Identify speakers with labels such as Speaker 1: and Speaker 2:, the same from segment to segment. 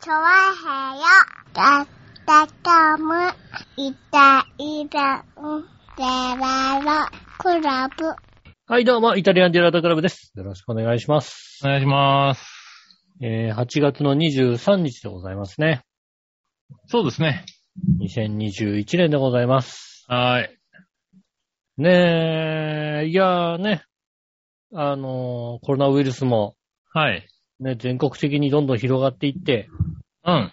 Speaker 1: チョワヘヨだったかむいたいたんでららクラブ
Speaker 2: はい、どうも、イタリアンディラートクラブです。よろしくお願いします。
Speaker 3: お願いします。
Speaker 2: えー、8月の23日でございますね。
Speaker 3: そうですね。
Speaker 2: 2021年でございます。
Speaker 3: はい。
Speaker 2: ねえ、いやーね、あのーコロナウイルスも、
Speaker 3: はい。
Speaker 2: ね、全国的にどんどん広がっていって、
Speaker 3: うん。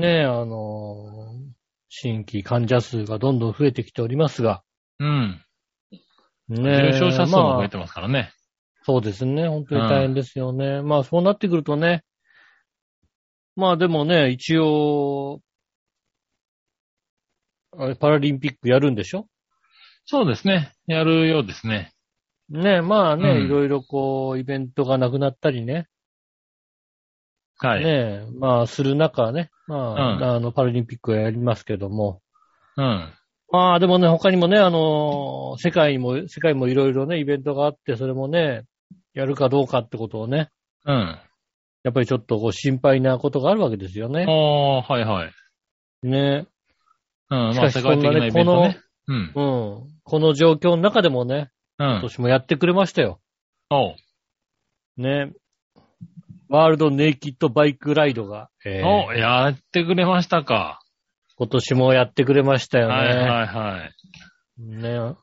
Speaker 2: ねえ、あのー新規患者数がどんどん増えてきておりますが、
Speaker 3: うん。
Speaker 2: ねえ
Speaker 3: 重症者数も増え
Speaker 2: まあ
Speaker 3: てますからね。
Speaker 2: そうですね、本当に大変ですよね。まあそうなってくるとね、まあでもね、一応、あれパラリンピックやるんでしょ
Speaker 3: そうですね。やるようですね。
Speaker 2: ねえ、まあね、
Speaker 3: うん
Speaker 2: いろいろこう、イベントがなくなったりね、
Speaker 3: はい。
Speaker 2: ねえ、まあする中ね、まあ、
Speaker 3: うん
Speaker 2: あの、パラリンピックはやりますけども、
Speaker 3: うん。
Speaker 2: まあでもね、他にもね、あの世界も、世界もいろいろね、イベントがあって、それもね、やるかどうかってことをね、
Speaker 3: うん。
Speaker 2: やっぱりちょっとこう心配なことがあるわけですよね。
Speaker 3: ああー、はいはい。
Speaker 2: ね
Speaker 3: うん。
Speaker 2: え。し
Speaker 3: ま
Speaker 2: か
Speaker 3: あ、
Speaker 2: し
Speaker 3: 世
Speaker 2: こ
Speaker 3: 界
Speaker 2: ん
Speaker 3: 的
Speaker 2: な
Speaker 3: な
Speaker 2: ね、
Speaker 3: イベ
Speaker 2: こ
Speaker 3: ント
Speaker 2: の
Speaker 3: ね。、うん。
Speaker 2: うん。この状況の中でもね、
Speaker 3: う
Speaker 2: 今
Speaker 3: ん。
Speaker 2: 年もやってくれましたよ。
Speaker 3: おう。
Speaker 2: ね。ワールドネイキッドバイクライドが、えー
Speaker 3: おうやってくれましたか。
Speaker 2: 今年もやってくれましたよね。
Speaker 3: はいはいはい。
Speaker 2: ね、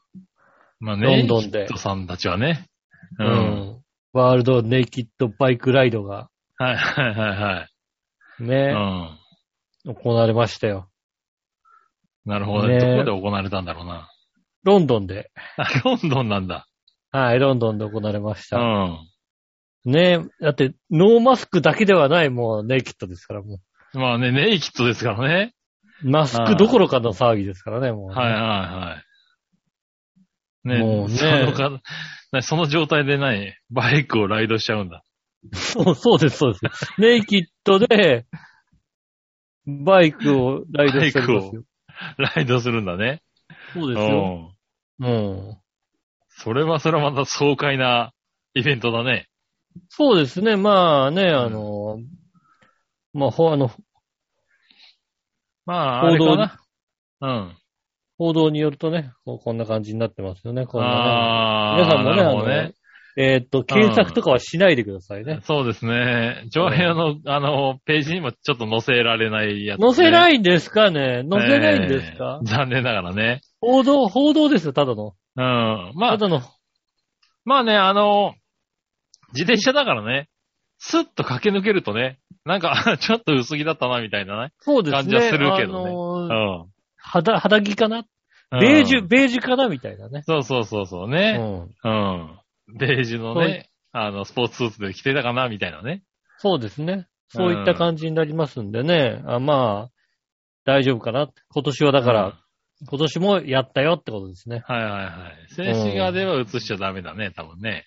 Speaker 3: まあね、
Speaker 2: ロンドンで
Speaker 3: キッドさんたちはね。
Speaker 2: う
Speaker 3: う。
Speaker 2: んん。ワールドネイキッドバイクライドが、
Speaker 3: はいはいはいはい。う
Speaker 2: ね、
Speaker 3: ん。
Speaker 2: 行われましたよ。
Speaker 3: なるほどね。
Speaker 2: ね
Speaker 3: どこで行われたんだろうな。
Speaker 2: ロンドンで。
Speaker 3: あ、ロンドンなんだ。
Speaker 2: はい、ロンドンで行われまし
Speaker 3: う
Speaker 2: た。
Speaker 3: ん。
Speaker 2: ねだって、ノーマスクだけではない、もうネイキッドですから、も
Speaker 3: まあね、ネイキッドですからね。
Speaker 2: う。マスクどころかの騒ぎですからね、もうね、
Speaker 3: はいはいはい。ね
Speaker 2: もうね
Speaker 3: そのかねその状態でない、バイクをライドしちゃうんだ。
Speaker 2: そう、そうです、そうです。ネイキッドで、バイクをライドしてるんですよ。
Speaker 3: ライドするんだね。
Speaker 2: そう
Speaker 3: う
Speaker 2: ですよ。
Speaker 3: ん。
Speaker 2: うん。
Speaker 3: それはそれはまた爽快なイベントだね。
Speaker 2: そうですね。まあね、あの、まあ、ほ、あの、
Speaker 3: まあ、あれかな。うん。
Speaker 2: 報道によるとね、こうこんな感じになってますよね。こんなね
Speaker 3: ああ、
Speaker 2: 皆さんもね、
Speaker 3: な
Speaker 2: あ
Speaker 3: るほ
Speaker 2: の、
Speaker 3: どね。
Speaker 2: えーっと、検索とかはしないでくださいね。
Speaker 3: そうですね。上辺の、あの、ページにもちょっと載せられないやつ、
Speaker 2: 載せないいんですかね載せないんですか、
Speaker 3: 残念ながらね。
Speaker 2: 報道、報道ですよ、ただの。
Speaker 3: うん。まあ
Speaker 2: た、だの。
Speaker 3: まあね、あの、自転車だからね、スッと駆け抜けるとね、なんか、 あちょっと薄着だったな、みたいなね。
Speaker 2: そうですね。
Speaker 3: 感じはするけどね
Speaker 2: あ
Speaker 3: う
Speaker 2: の
Speaker 3: ん。
Speaker 2: 肌、肌着かな
Speaker 3: うん
Speaker 2: ベージュ、。ベージュかなみたいなね。
Speaker 3: そうそうそうそう
Speaker 2: う
Speaker 3: ね。
Speaker 2: ん。
Speaker 3: うん。ベージュのね、あの、スポーツスーツで着てたかな、みたいなね。
Speaker 2: そうですね。そういった感じになりますんでね。あまあ、大丈夫かな。今年はだから、今年もやったよってことですね。
Speaker 3: うん、はいはいはい。静止画では映しちゃダメだね、多分ね。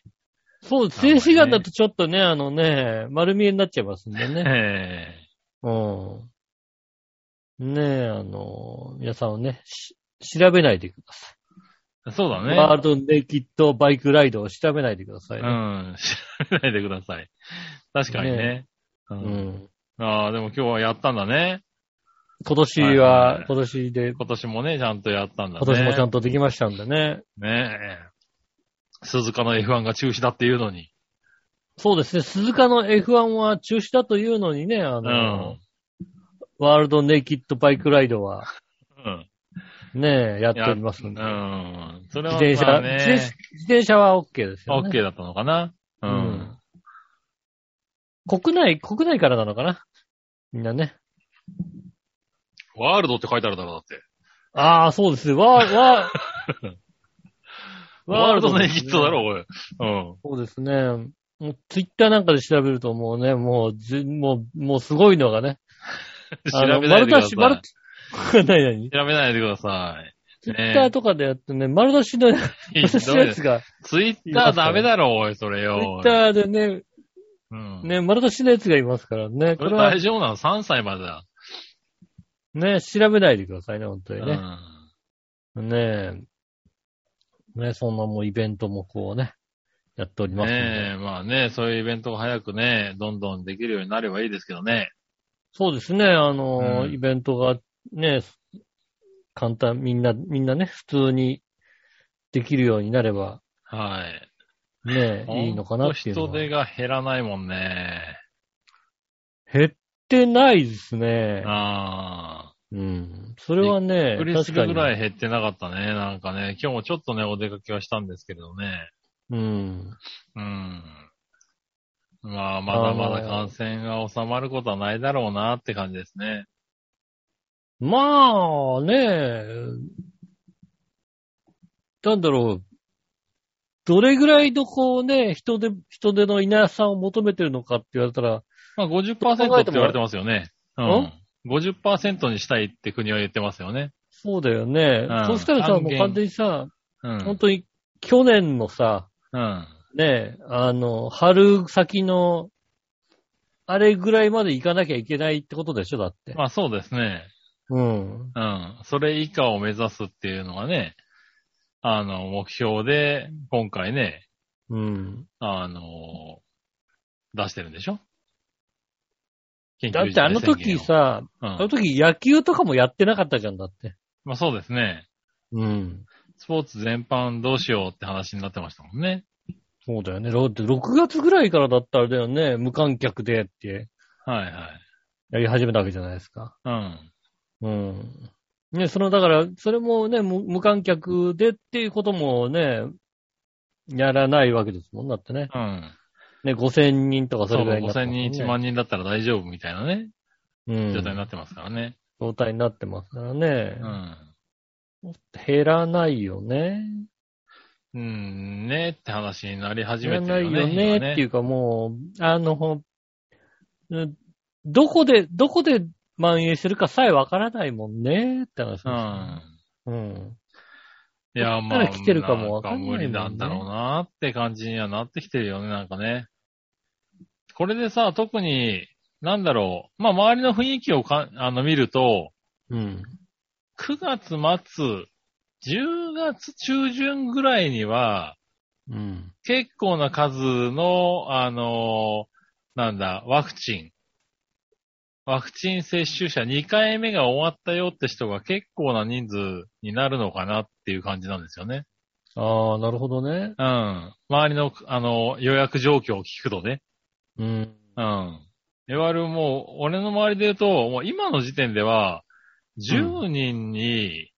Speaker 2: そう、
Speaker 3: あんまり
Speaker 2: 静止
Speaker 3: ね
Speaker 2: 画だとちょっとね、あのね、丸見えになっちゃいますんでね。
Speaker 3: え
Speaker 2: うん。ねえ、あの、皆さんをね、し調べないでくださ
Speaker 3: えそうだ
Speaker 2: い。ワー
Speaker 3: ね。
Speaker 2: ルドネイキッドバイクライドを調べないでください、
Speaker 3: う
Speaker 2: ね。
Speaker 3: ん。調べないでください。確かにね。
Speaker 2: ね
Speaker 3: う。
Speaker 2: うんん。
Speaker 3: ああ、でも今日はやったんだね。
Speaker 2: 今年
Speaker 3: はいはいは
Speaker 2: は、
Speaker 3: い
Speaker 2: 今年で、
Speaker 3: 今年もね、ちゃんとやったんだね。
Speaker 2: 今年もちゃんとできましたんでね。
Speaker 3: ねえ。鈴鹿の F1 が中止だっていうのに。
Speaker 2: そうですね、鈴鹿の F1 は中止だというのにね、あ
Speaker 3: う
Speaker 2: の、
Speaker 3: ん。
Speaker 2: ワールドネイキッドバイクライドは
Speaker 3: うん。
Speaker 2: ね、 やって
Speaker 3: や
Speaker 2: おります
Speaker 3: うん
Speaker 2: で。
Speaker 3: ん。それ
Speaker 2: 自転車、
Speaker 3: はまあね、
Speaker 2: 自転自転車は OK ですよね。
Speaker 3: OK だったのかな。う。
Speaker 2: うんん国内、国内からなのかなみんなね。
Speaker 3: ワールドって書いてあるだろ、だって。
Speaker 2: ああ、そうです。わー、 わー、
Speaker 3: ワールドネイ
Speaker 2: です
Speaker 3: キッドだろ、おい。うん。
Speaker 2: そうですね。もうツイッターなんかで調べるともうね、もう、ずもう、もうすごいのがね。あの
Speaker 3: 調べないでください。
Speaker 2: 丸出し、丸、 何々
Speaker 3: 調べないでくださ
Speaker 2: ツイッターとかでやってね、丸出しの、丸
Speaker 3: い。いい
Speaker 2: 出しのやつが、
Speaker 3: ツイッターダメだろ、おい、それ
Speaker 2: ツイ
Speaker 3: よ
Speaker 2: ッ。ターでね、
Speaker 3: うん。
Speaker 2: ね、丸出しのやつがいますからね、
Speaker 3: こ
Speaker 2: こ
Speaker 3: れ
Speaker 2: れは
Speaker 3: 大丈夫なの ?3 歳までだ。
Speaker 2: ね、調べないでくださいね、本当
Speaker 3: う
Speaker 2: にね。
Speaker 3: ん。
Speaker 2: ねえ、ね、そんなもうイベントもこうね、やっておりますんで。
Speaker 3: ねえ、まあね、そういうイベントが早くね、どんどんできるようになればいいですけどね。
Speaker 2: そうですね、あの、
Speaker 3: うん
Speaker 2: イベントがね、簡単、みんな、みんなね、普通にできるようになれば、
Speaker 3: はい。
Speaker 2: ね、いいのかなっていうの
Speaker 3: ほ
Speaker 2: は
Speaker 3: んと人手が減らないもんね。
Speaker 2: 減ってないですね。
Speaker 3: あ
Speaker 2: うん。それはね
Speaker 3: あ。、クリス
Speaker 2: 確か
Speaker 3: る
Speaker 2: に
Speaker 3: ぐ。らい減ってなかったね。なんかね、今日もちょっとね、お出かけはしたんですけれどね。
Speaker 2: うん。
Speaker 3: うん。まあ、まだまだ感染が収まることはないだろうなって感じですね。
Speaker 2: まあ、ねなんだろう。どれぐらいのこうね、人手、人手のいなさを求めてるのかって言われたら、
Speaker 3: まあ、50%って言われてますよね。うん
Speaker 2: ん。
Speaker 3: 50%にしたいって国は言ってますよね。
Speaker 2: そうだよね。
Speaker 3: う
Speaker 2: そ
Speaker 3: ん
Speaker 2: したらさ、
Speaker 3: 半
Speaker 2: もう
Speaker 3: 減
Speaker 2: 完全にさ、
Speaker 3: うん。
Speaker 2: 本当に去年のさ、
Speaker 3: うん。
Speaker 2: ねあの、春先の、あれぐらいまで行かなきゃいけないってことでしょ、だって。
Speaker 3: まあ、そうですね。
Speaker 2: うん。
Speaker 3: うん。それ以下を目指すっていうのがね、あの、目標で、今回ね、
Speaker 2: うん。
Speaker 3: あの、出してるんでしょ緊
Speaker 2: だっ
Speaker 3: 急事
Speaker 2: てあ
Speaker 3: 態
Speaker 2: の
Speaker 3: 宣言
Speaker 2: 時
Speaker 3: を、
Speaker 2: さ、
Speaker 3: う
Speaker 2: あの
Speaker 3: ん、
Speaker 2: 時野球とかもやってなかったじゃんだって。
Speaker 3: まあそうですね。
Speaker 2: うん。
Speaker 3: スポーツ全般どうしようって話になってましたもんね。
Speaker 2: そうだよね。だって6月ぐらいからだったらあれだよね、無観客でって
Speaker 3: はいはい。
Speaker 2: やり始めたわけじゃないですか。
Speaker 3: うん。
Speaker 2: うん。ね、その、だから、それもね、無無観客でっていうこともね、やらないわけですもんだってね。
Speaker 3: うん。
Speaker 2: ね、5000人とかそ
Speaker 3: そう、
Speaker 2: れぐらいになってま
Speaker 3: 5000
Speaker 2: すもんね、
Speaker 3: 人、1万人だったら大丈夫みたいなね、
Speaker 2: うん
Speaker 3: 状態になってますからね。
Speaker 2: 状態になってますからね
Speaker 3: う。ん。
Speaker 2: 減らないよね。
Speaker 3: うん、ねって話になり始
Speaker 2: 減ら
Speaker 3: めて
Speaker 2: ない
Speaker 3: るよね。
Speaker 2: よね
Speaker 3: 今
Speaker 2: っていうかもう、あの、ほんうんどこで、どこで蔓延してるかさえわからないもんねって話です
Speaker 3: う
Speaker 2: よ
Speaker 3: ん。
Speaker 2: うん。
Speaker 3: いや、
Speaker 2: こっ
Speaker 3: ま
Speaker 2: か
Speaker 3: あ、
Speaker 2: ら来てるかもわかんないもんね
Speaker 3: なんか無理なんだろうなって感じにはなってきてるよね、なんかね。これでさ、特に、なんだろう。まあ、周りの雰囲気をかあの見ると、
Speaker 2: うん。
Speaker 3: 9月末、10月中旬ぐらいには、
Speaker 2: うん。
Speaker 3: 結構な数の、あのーなんだ、ワクチン。ワクチン接種者2回目が終わったよって人が結構な人数になるのかなっていう感じなんですよね。
Speaker 2: ああ、なるほどね。
Speaker 3: うん。周りの、あの、予約状況を聞くとね。
Speaker 2: うん。
Speaker 3: うん。いわゆるもう、俺の周りで言うと、もう今の時点では、10人に、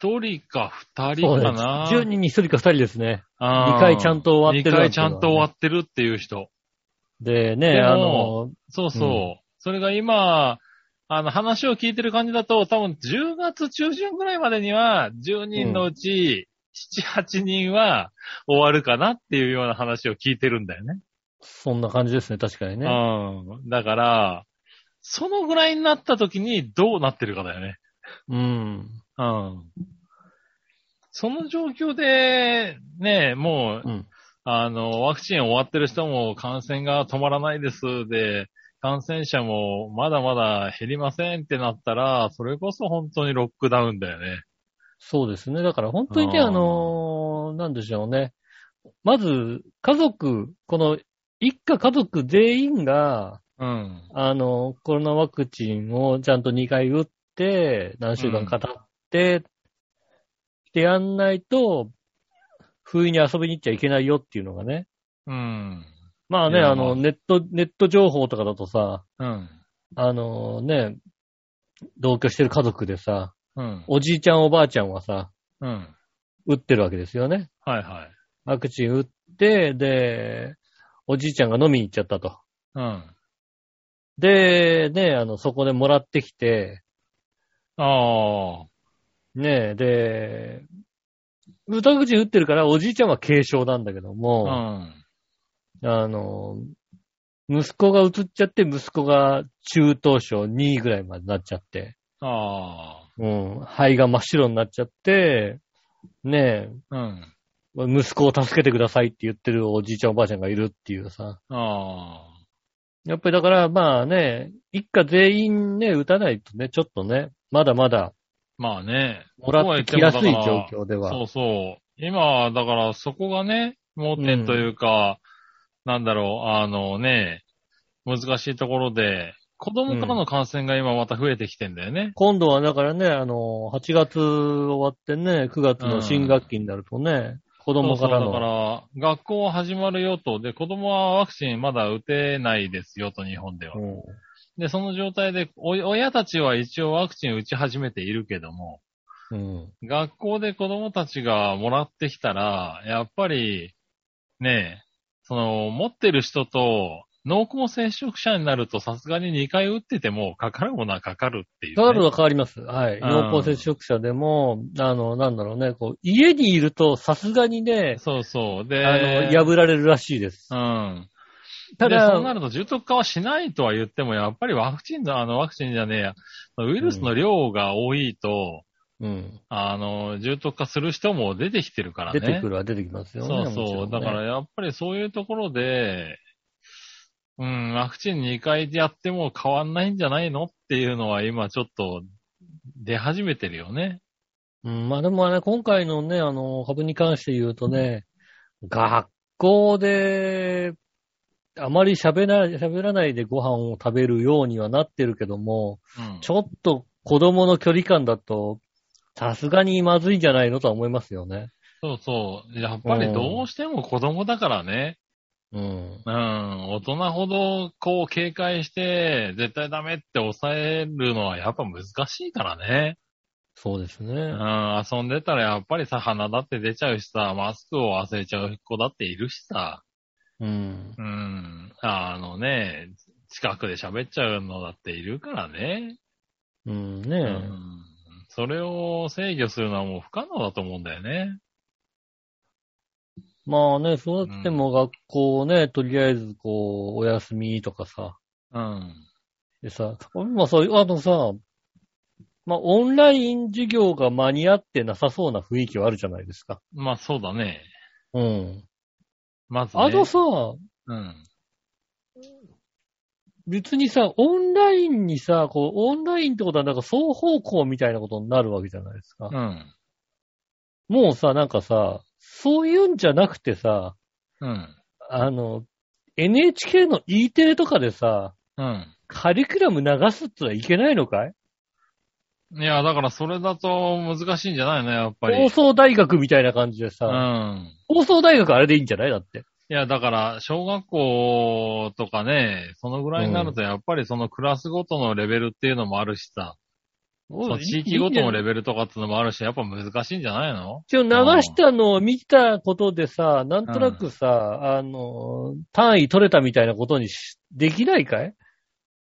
Speaker 3: 1人か2
Speaker 2: そう
Speaker 3: 人
Speaker 2: ね。
Speaker 3: かな。
Speaker 2: 10人に1人か2人ですね。
Speaker 3: あー
Speaker 2: 二回ちゃんと終わってる
Speaker 3: 二
Speaker 2: なん
Speaker 3: 回
Speaker 2: て
Speaker 3: ちゃんと終わってるっていう人。
Speaker 2: でね、
Speaker 3: でも
Speaker 2: あの、
Speaker 3: そうそう。
Speaker 2: うん
Speaker 3: それが今、あの、話を聞いてる感じだと、多分10月中旬ぐらいまでには、10人のうち、7、8人は終わるかなっていうような話を聞いてるんだよね。
Speaker 2: そんな感じですね、確かにね。
Speaker 3: うん。だから、そのぐらいになった時にどうなってるかだよね。
Speaker 2: うん。
Speaker 3: うん。その状況で、ね、もう、
Speaker 2: うん。
Speaker 3: あの、ワクチン終わってる人も感染が止まらないですで、感染者もまだまだ減りませんってなったら、それこそ本当にロックダウンだよね。
Speaker 2: そうですね。だから本当にね、
Speaker 3: あー
Speaker 2: あのーなんでしょうね。まず、家族、この、一家家族全員が、
Speaker 3: うん。
Speaker 2: あの、コロナワクチンをちゃんと2回打って、何週間か経って、ってやんないと、不意に遊びに行っちゃいけないよっていうのがね。
Speaker 3: うん。
Speaker 2: まあね、
Speaker 3: いや
Speaker 2: あの、
Speaker 3: まあ
Speaker 2: ネット、ネット情報とかだとさ、
Speaker 3: うん。
Speaker 2: あのね、同居してる家族でさ、
Speaker 3: うん。
Speaker 2: おじいちゃんおばあちゃんはさ、
Speaker 3: うん。
Speaker 2: 打ってるわけですよね。
Speaker 3: はいはい。
Speaker 2: ワクチン打って、で、おじいちゃんが飲みに行っちゃったと。
Speaker 3: うん。
Speaker 2: で、ね、あの、そこでもらってきて、
Speaker 3: ああ。
Speaker 2: ね、で、ワクチン打ってるから、おじいちゃんは軽症なんだけど
Speaker 3: う
Speaker 2: も、
Speaker 3: ん。
Speaker 2: あの、息子が移っちゃって、息子が中等症2位ぐらいまでなっちゃって、
Speaker 3: あ
Speaker 2: うん、肺が真っ白になっちゃって、ね
Speaker 3: あ。うん。
Speaker 2: 息子を助けてくださいって言ってるおじいちゃんおばあちゃんがいるっていうさ、
Speaker 3: ああ。
Speaker 2: やっぱりだから、まあね、一家全員ね、打たないとね、ちょっとね、まだまだ
Speaker 3: まあね。
Speaker 2: もらってきやすい状況で
Speaker 3: そ
Speaker 2: は。
Speaker 3: うそう。今、だからそこがね、盲点というか、なんだろう、あのね、難しいところで、子供からの感染が今また増えてきてんだよね。
Speaker 2: 今度はだからね、あの、8月終わってね、9月の新学期になるとね、子供から
Speaker 3: そうそ
Speaker 2: の。
Speaker 3: うだから、学校始まるよと、で、子供はワクチンまだ打てないですよと、日本では。
Speaker 2: うん
Speaker 3: で、その状態で、お親たちは一応ワクチン打ち始めているけども、
Speaker 2: うん。
Speaker 3: 学校で子供たちがもらってきたら、やっぱり、ねえ、その、持ってる人と、濃厚接触者になるとさすがに2回打ってても、かかるものはかかるっていう、ね。
Speaker 2: かかるは変わります。はい。
Speaker 3: うん
Speaker 2: 濃厚接触者でも、あの、なんだろうね、こう、家にいるとさすがにね、
Speaker 3: そうそう。で、
Speaker 2: あの、破られるらしいです。
Speaker 3: うん。
Speaker 2: た
Speaker 3: た
Speaker 2: だ
Speaker 3: だ、そうなると重篤化はしないとは言っても、やっぱりワクチンの、あの、ワクチンじゃねえや、ウイルスの量が多いと、
Speaker 2: うん。
Speaker 3: あの、重篤化する人も出てきてるからね。
Speaker 2: 出てくるは出てきますよね。
Speaker 3: そう
Speaker 2: もち
Speaker 3: そ
Speaker 2: ろ
Speaker 3: う。
Speaker 2: んね
Speaker 3: だから、やっぱりそういうところで、うん、ワクチン2回やっても変わんないんじゃないのっていうのは今ちょっと出始めてるよね。
Speaker 2: うん、まあでもね、今回のね、あの、株に関して言うとね、学校で、あまり喋ら喋らないでご飯を食べるようにはなってるけども、
Speaker 3: うん。
Speaker 2: ちょっと子供の距離感だと、さすがにまずいんじゃないのとは思いますよね。
Speaker 3: そうそう。やっぱりどうしても子供だからね。
Speaker 2: うん。
Speaker 3: うん。大人ほどこう警戒して、絶対ダメって抑えるのはやっぱ難しいからね。
Speaker 2: そうですね。
Speaker 3: うん。遊んでたらやっぱりさ、鼻だって出ちゃうしさ、マスクを忘れちゃう子だっているしさ。
Speaker 2: うん。
Speaker 3: うん。あのね、近くで喋っちゃうのだっているからね。
Speaker 2: うんねえ、
Speaker 3: うん。それを制御するのはもう不可能だと思うんだよね。
Speaker 2: まあね、そうやっても学校ね、とりあえずこう、お休みとかさ、
Speaker 3: うん。
Speaker 2: でさ、まあそういう、あのさ、まあオンライン授業が間に合ってなさそうな雰囲気はあるじゃないですか。
Speaker 3: まあそうだね。
Speaker 2: うん。
Speaker 3: まず、ね。
Speaker 2: あのさ、
Speaker 3: うん。
Speaker 2: 別にさ、オンラインにさ、こう、オンラインってことはなんか双方向みたいなことになるわけじゃないですか。
Speaker 3: うん。
Speaker 2: もうさ、なんかさ、そういうんじゃなくてさ、
Speaker 3: うん。
Speaker 2: あの、NHK の E テレとかでさ、
Speaker 3: うん。
Speaker 2: カリキュラム流すってのはいけないのかい
Speaker 3: いや、だからそれだと難しいんじゃないのやっぱ
Speaker 2: 放
Speaker 3: り。
Speaker 2: 送大学みたいな感じで
Speaker 3: う
Speaker 2: さ、
Speaker 3: ん。
Speaker 2: 放送大学あれでいいんじゃないだって。
Speaker 3: いや、だから、小学校とかね、そのぐらいになると、やっぱりそのクラスごとのレベルっていうのもあるしさ、その地域ごとのレベルとかっていうのもあるし、やっぱ難しいんじゃないの
Speaker 2: 一応流したのを見たことでさ、なんとなくさ、あの、単位取れたみたいなことにしできないかい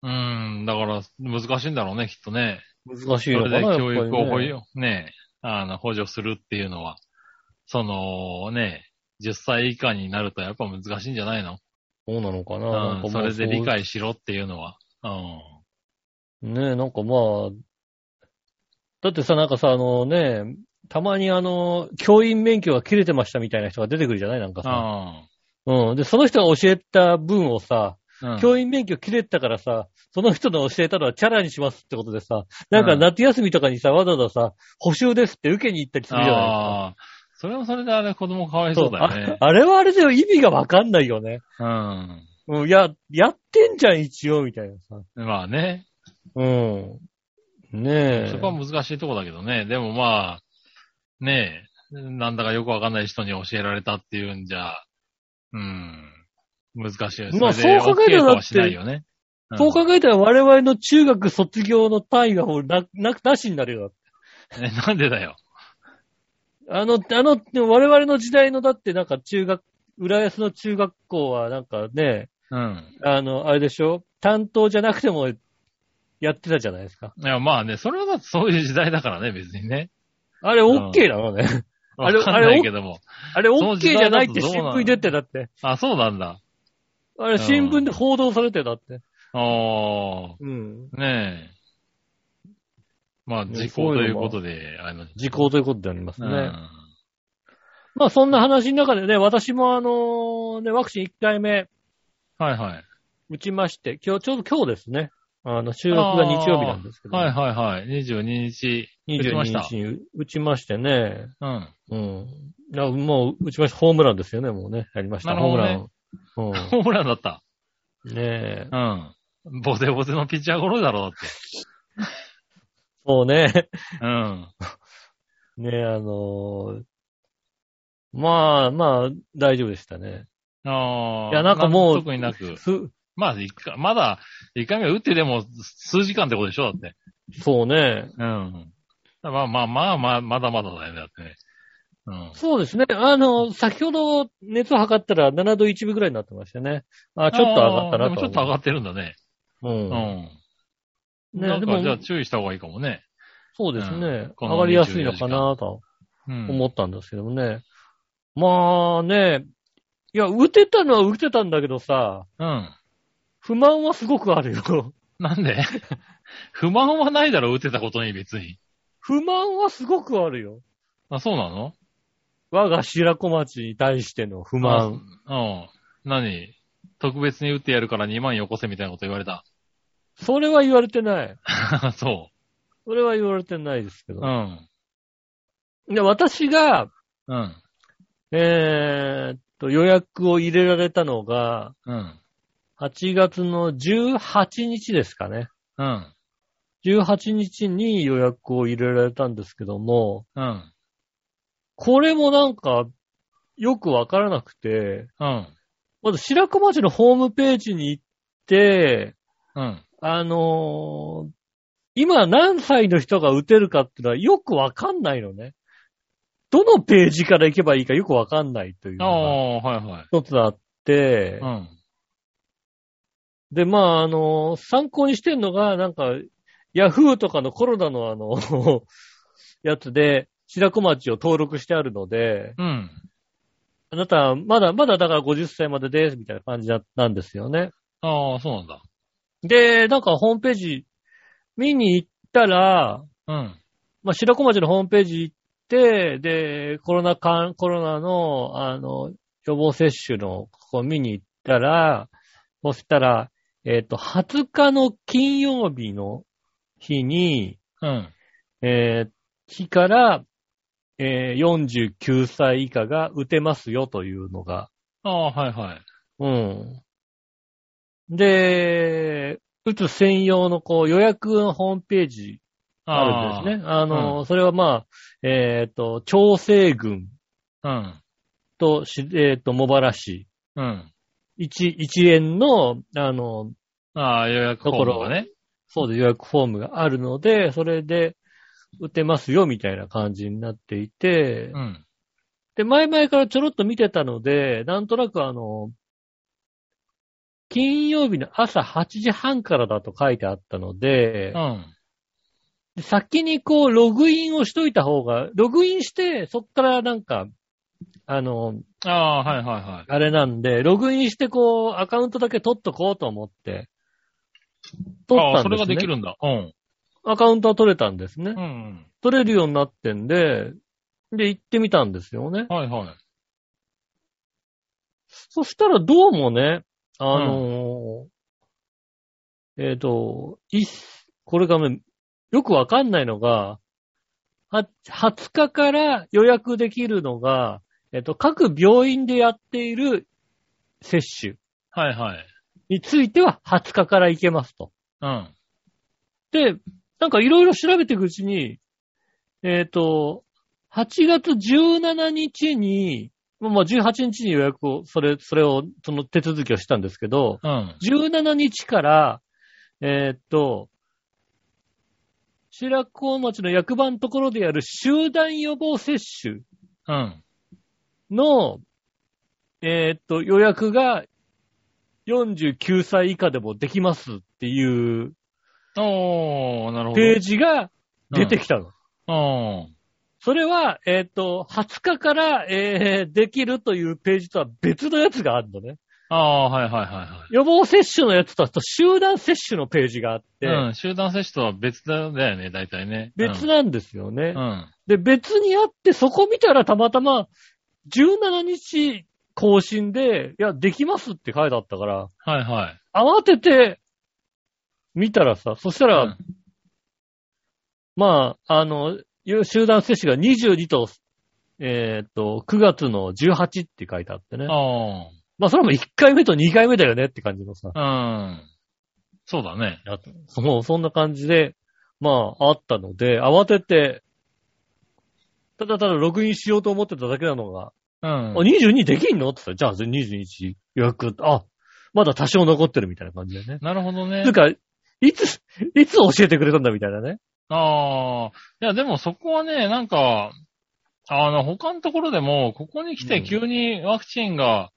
Speaker 2: う
Speaker 3: ーん、だから難しいんだろうね、きっとね。
Speaker 2: 難し
Speaker 3: そ
Speaker 2: いの
Speaker 3: れ
Speaker 2: かな
Speaker 3: で教育を
Speaker 2: やっぱ
Speaker 3: 補,、
Speaker 2: りね
Speaker 3: ね、あの補助するっていうのは、そのね、10歳以下になるとやっぱ難しいんじゃないの、
Speaker 2: そうなのかな,、なんか
Speaker 3: うん、
Speaker 2: ま
Speaker 3: そ
Speaker 2: あ
Speaker 3: れで理
Speaker 2: そう
Speaker 3: 解しろっていうのは。うん。
Speaker 2: ねえ、なんかまあ、だってさ、なんかさ、あのね、たまにあの、教員免許が切れてましたみたいな人が出てくるじゃないなんかさ。うん。で、その人が教えた分をさ、
Speaker 3: うん。
Speaker 2: 教員免許切れてたからさ、その人の教えたのはチャラにしますってことでさ、なんか夏休みとかにさ、わざわざさ、補修ですって受けに行ったりするじゃないですか。
Speaker 3: ああ、それはそれであれ子供かわいそうだよね。
Speaker 2: ああれはあれで意味がわかんないよね。
Speaker 3: うん。
Speaker 2: うん、や、やってんじゃん、一応、みたいなさ。
Speaker 3: まあね、
Speaker 2: うん。ねえ。
Speaker 3: そこは難しいとこだけどね。でもまあ、ねえ、なんだかよくわかんない人に教えられたっていうんじゃ、うん、難しいですね。
Speaker 2: まあ
Speaker 3: で
Speaker 2: そう考えた
Speaker 3: OK
Speaker 2: ら
Speaker 3: と
Speaker 2: だって
Speaker 3: はしないよね。ん
Speaker 2: そう考えたら我々の中学卒業の単位はもうな、な、なしになるよ。
Speaker 3: えなんでだよ。
Speaker 2: あの、あの、でも我々の時代のだってなんか中学、浦安の中学校はなんかね、
Speaker 3: うん。
Speaker 2: あの、あれでしょ担当じゃなくてもやってたじゃないですか。
Speaker 3: いや、まあね、それはだってそういう時代だからね、別にね。
Speaker 2: あれ OK なのね。あ
Speaker 3: あ
Speaker 2: れ
Speaker 3: れ、あれ、けども。
Speaker 2: あれ
Speaker 3: その
Speaker 2: OK
Speaker 3: 時
Speaker 2: じ
Speaker 3: 代
Speaker 2: ゃ
Speaker 3: だと
Speaker 2: ないって
Speaker 3: どう
Speaker 2: 新
Speaker 3: なの
Speaker 2: 聞に出てだって。
Speaker 3: あ、そうなんだ。
Speaker 2: あれ新聞で報道されてだって。
Speaker 3: お
Speaker 2: うん。
Speaker 3: ー、ねえ。まあ、
Speaker 2: ね
Speaker 3: 時
Speaker 2: そう
Speaker 3: 効
Speaker 2: いうの
Speaker 3: と
Speaker 2: は
Speaker 3: いうことで、あの、
Speaker 2: 時効ということであります
Speaker 3: う
Speaker 2: ね。
Speaker 3: ん。
Speaker 2: まあそんな話の中でね、私もあのね、ワクチン1回目、
Speaker 3: はいはい。
Speaker 2: 打ちまして、今日、ちょうど今日ですね。あの、収録が日曜日なんですけど、
Speaker 3: はいはいはい。22日。打ち
Speaker 2: 22
Speaker 3: ました
Speaker 2: 日に打ちましてね。
Speaker 3: うん。
Speaker 2: うん。いやもう、打ちました。ホームランですよね、もうね。やりました。
Speaker 3: なるほどね
Speaker 2: ホームラン。
Speaker 3: ホームランだった。
Speaker 2: うん。ねえ。
Speaker 3: うん。ボテボテのピッチャーゴロだろうって。
Speaker 2: そうね。
Speaker 3: うん。
Speaker 2: ねあのーまあまあ、大丈夫でしたね。
Speaker 3: ああ。
Speaker 2: いやなんかもう
Speaker 3: 特になく。
Speaker 2: す
Speaker 3: まあ、一回、まだ、一回目打ってでも数時間ってことでしょだって。
Speaker 2: そうね。
Speaker 3: うん。まあまあまあまあ、まだまだだよね、だってね。うん。
Speaker 2: そうですね。あの、先ほど熱を測ったら7度1分ぐらいになってましたね。あ、ちょっと上がった
Speaker 3: あー
Speaker 2: なとは
Speaker 3: でもちょ
Speaker 2: 思う。
Speaker 3: っと上がってるんだね。
Speaker 2: うん。
Speaker 3: うん。な
Speaker 2: ね、
Speaker 3: ん
Speaker 2: で
Speaker 3: かじゃあ
Speaker 2: も、
Speaker 3: 注意した方がいいかもね。
Speaker 2: そうですね。
Speaker 3: うん
Speaker 2: 上がりやすいのかなと
Speaker 3: うん。
Speaker 2: 思ったんですけどもね。まあね、いや、打てたのは打てたんだけどさ、
Speaker 3: うん。
Speaker 2: 不満はすごくあるよ。
Speaker 3: なんで 不満はないだろ、打てたことに別に。
Speaker 2: 不満はすごくあるよ。
Speaker 3: あ、そうなの
Speaker 2: 我が白子町に対しての不満。
Speaker 3: あうん。何特別に打ってやるから2万よこせみたいなこと言われた。
Speaker 2: それは言われてない。
Speaker 3: そ
Speaker 2: それは言われてないですけ
Speaker 3: う。
Speaker 2: ど
Speaker 3: う。ん。
Speaker 2: で私が、
Speaker 3: うん。
Speaker 2: えーっと、予約を入れられたのが、
Speaker 3: うん。
Speaker 2: 8月の18日ですかね。
Speaker 3: うん。
Speaker 2: 18日に予約を入れられたんですけども、
Speaker 3: うん。
Speaker 2: これもなんか、よくわからなくて、
Speaker 3: うん。
Speaker 2: まず白子町のホームページに行って、
Speaker 3: うん。
Speaker 2: あのー今何歳の人が打てるかっていうのはよくわかんないのね。どのページから行けばいいかよくわかんないという
Speaker 3: あ
Speaker 2: のが
Speaker 3: あ、はいはい。
Speaker 2: 一つあって、
Speaker 3: うん。
Speaker 2: で、まあ、あの、参考にしてるのが、なんか、ヤフーとかのコロナのあの、 やつで、白子町を登録してあるので、
Speaker 3: うん。
Speaker 2: あなた、まだ、まだだから50歳までです、みたいな感じだなんですよね。
Speaker 3: ああ、そうなんだ。
Speaker 2: で、なんかホームページ見に行ったら、
Speaker 3: うん。
Speaker 2: まあ、白子町のホームページ行って、で、コロナかん、コロナの、あの、予防接種の、ここ見に行ったら、そしたら、えっ、と、20日の金曜日の日に、
Speaker 3: うん。
Speaker 2: えー日から、えー49歳以下が打てますよというのが、
Speaker 3: ああ、はいはい。
Speaker 2: うん。で、打つ専用のこう予約のホームページあるんです
Speaker 3: ね。
Speaker 2: ね。あの、それはまあ、えっ、と、調整郡
Speaker 3: うん。
Speaker 2: とし、えっ、と、茂原市、
Speaker 3: うん。
Speaker 2: 一、一円の、あの、
Speaker 3: ああ、予約フォームがね。
Speaker 2: そうで予約フォームがあるので、それで打てますよ、みたいな感じになっていて、
Speaker 3: うん。
Speaker 2: で、前々からちょろっと見てたので、なんとなくあの、金曜日の朝8時半からだと書いてあったので、
Speaker 3: うん。
Speaker 2: で先にこう、ログインをしといた方が、ログインして、そっからなんか、あの、
Speaker 3: ああ、はいはいはい。
Speaker 2: あれなんで、ログインしてこう、アカウントだけ取っとこうと思って、取っ
Speaker 3: ああ、
Speaker 2: た
Speaker 3: そ
Speaker 2: んで
Speaker 3: れ
Speaker 2: すね。
Speaker 3: ができるんだ。うん。
Speaker 2: アカウントは取れたんですね
Speaker 3: う。ん。
Speaker 2: 取れるようになってんで、で、行ってみたんですよね。
Speaker 3: はいはい。
Speaker 2: そしたらどうもね、あのーえっ、と、いっこれがね、よくわかんないのが、は20日から予約できるのが、えっ、と、各病院でやっている接種
Speaker 3: はいはい。
Speaker 2: については20日から行けますと。
Speaker 3: うん。
Speaker 2: で、なんかいろいろ調べていくうちに、えっ、と、8月17日に、まあまあ18日に予約を、それ、それを、その手続きをしたんですけど、
Speaker 3: うん。
Speaker 2: 17日から、えっ、と、白子町の役場のところでやる集団予防接種
Speaker 3: うん。
Speaker 2: の、えっ、と、予約が49歳以下でもできますっていう
Speaker 3: おー、なるほど。
Speaker 2: ページが出てきたの。
Speaker 3: うん。
Speaker 2: それは、えっ、と、20日から、えーできるというページとは別のやつがあるのね。
Speaker 3: ああ、はいはいは
Speaker 2: 予防接種のやつと、あと集団接種のページがあって、
Speaker 3: いはい。うん。集団接種とは別だよね、大体ね。
Speaker 2: 別なんですよね、
Speaker 3: うん。
Speaker 2: で、別にあって、そこ見たらたまたま、17日更新で、いや、できますって書いてあったから、
Speaker 3: はいはい。
Speaker 2: 慌てて、見たらさ、そしたら、
Speaker 3: うん
Speaker 2: まあ、あの、集団接種が22と、えーっと、9月の18って書いてあってね。
Speaker 3: あ
Speaker 2: まあ、それも1回目と2回目だよねって感じのさ。
Speaker 3: あ。うん。そうだね。
Speaker 2: やもうそんな感じで、まあ、あったので、慌てて、ただただログインしようと思ってただけなのが、
Speaker 3: うん
Speaker 2: あ、。22できんのって言ったら、じゃあ21予約、あ、まだ多少残ってるみたいな感じでね。
Speaker 3: なるほどね
Speaker 2: つう。か、いつ、いつ教えてくれたんだみたいなね。
Speaker 3: ああ。いや、でもそこはね、なんか、あの、他のところでも、ここに来
Speaker 2: う
Speaker 3: て
Speaker 2: ん
Speaker 3: 急にワクチンが、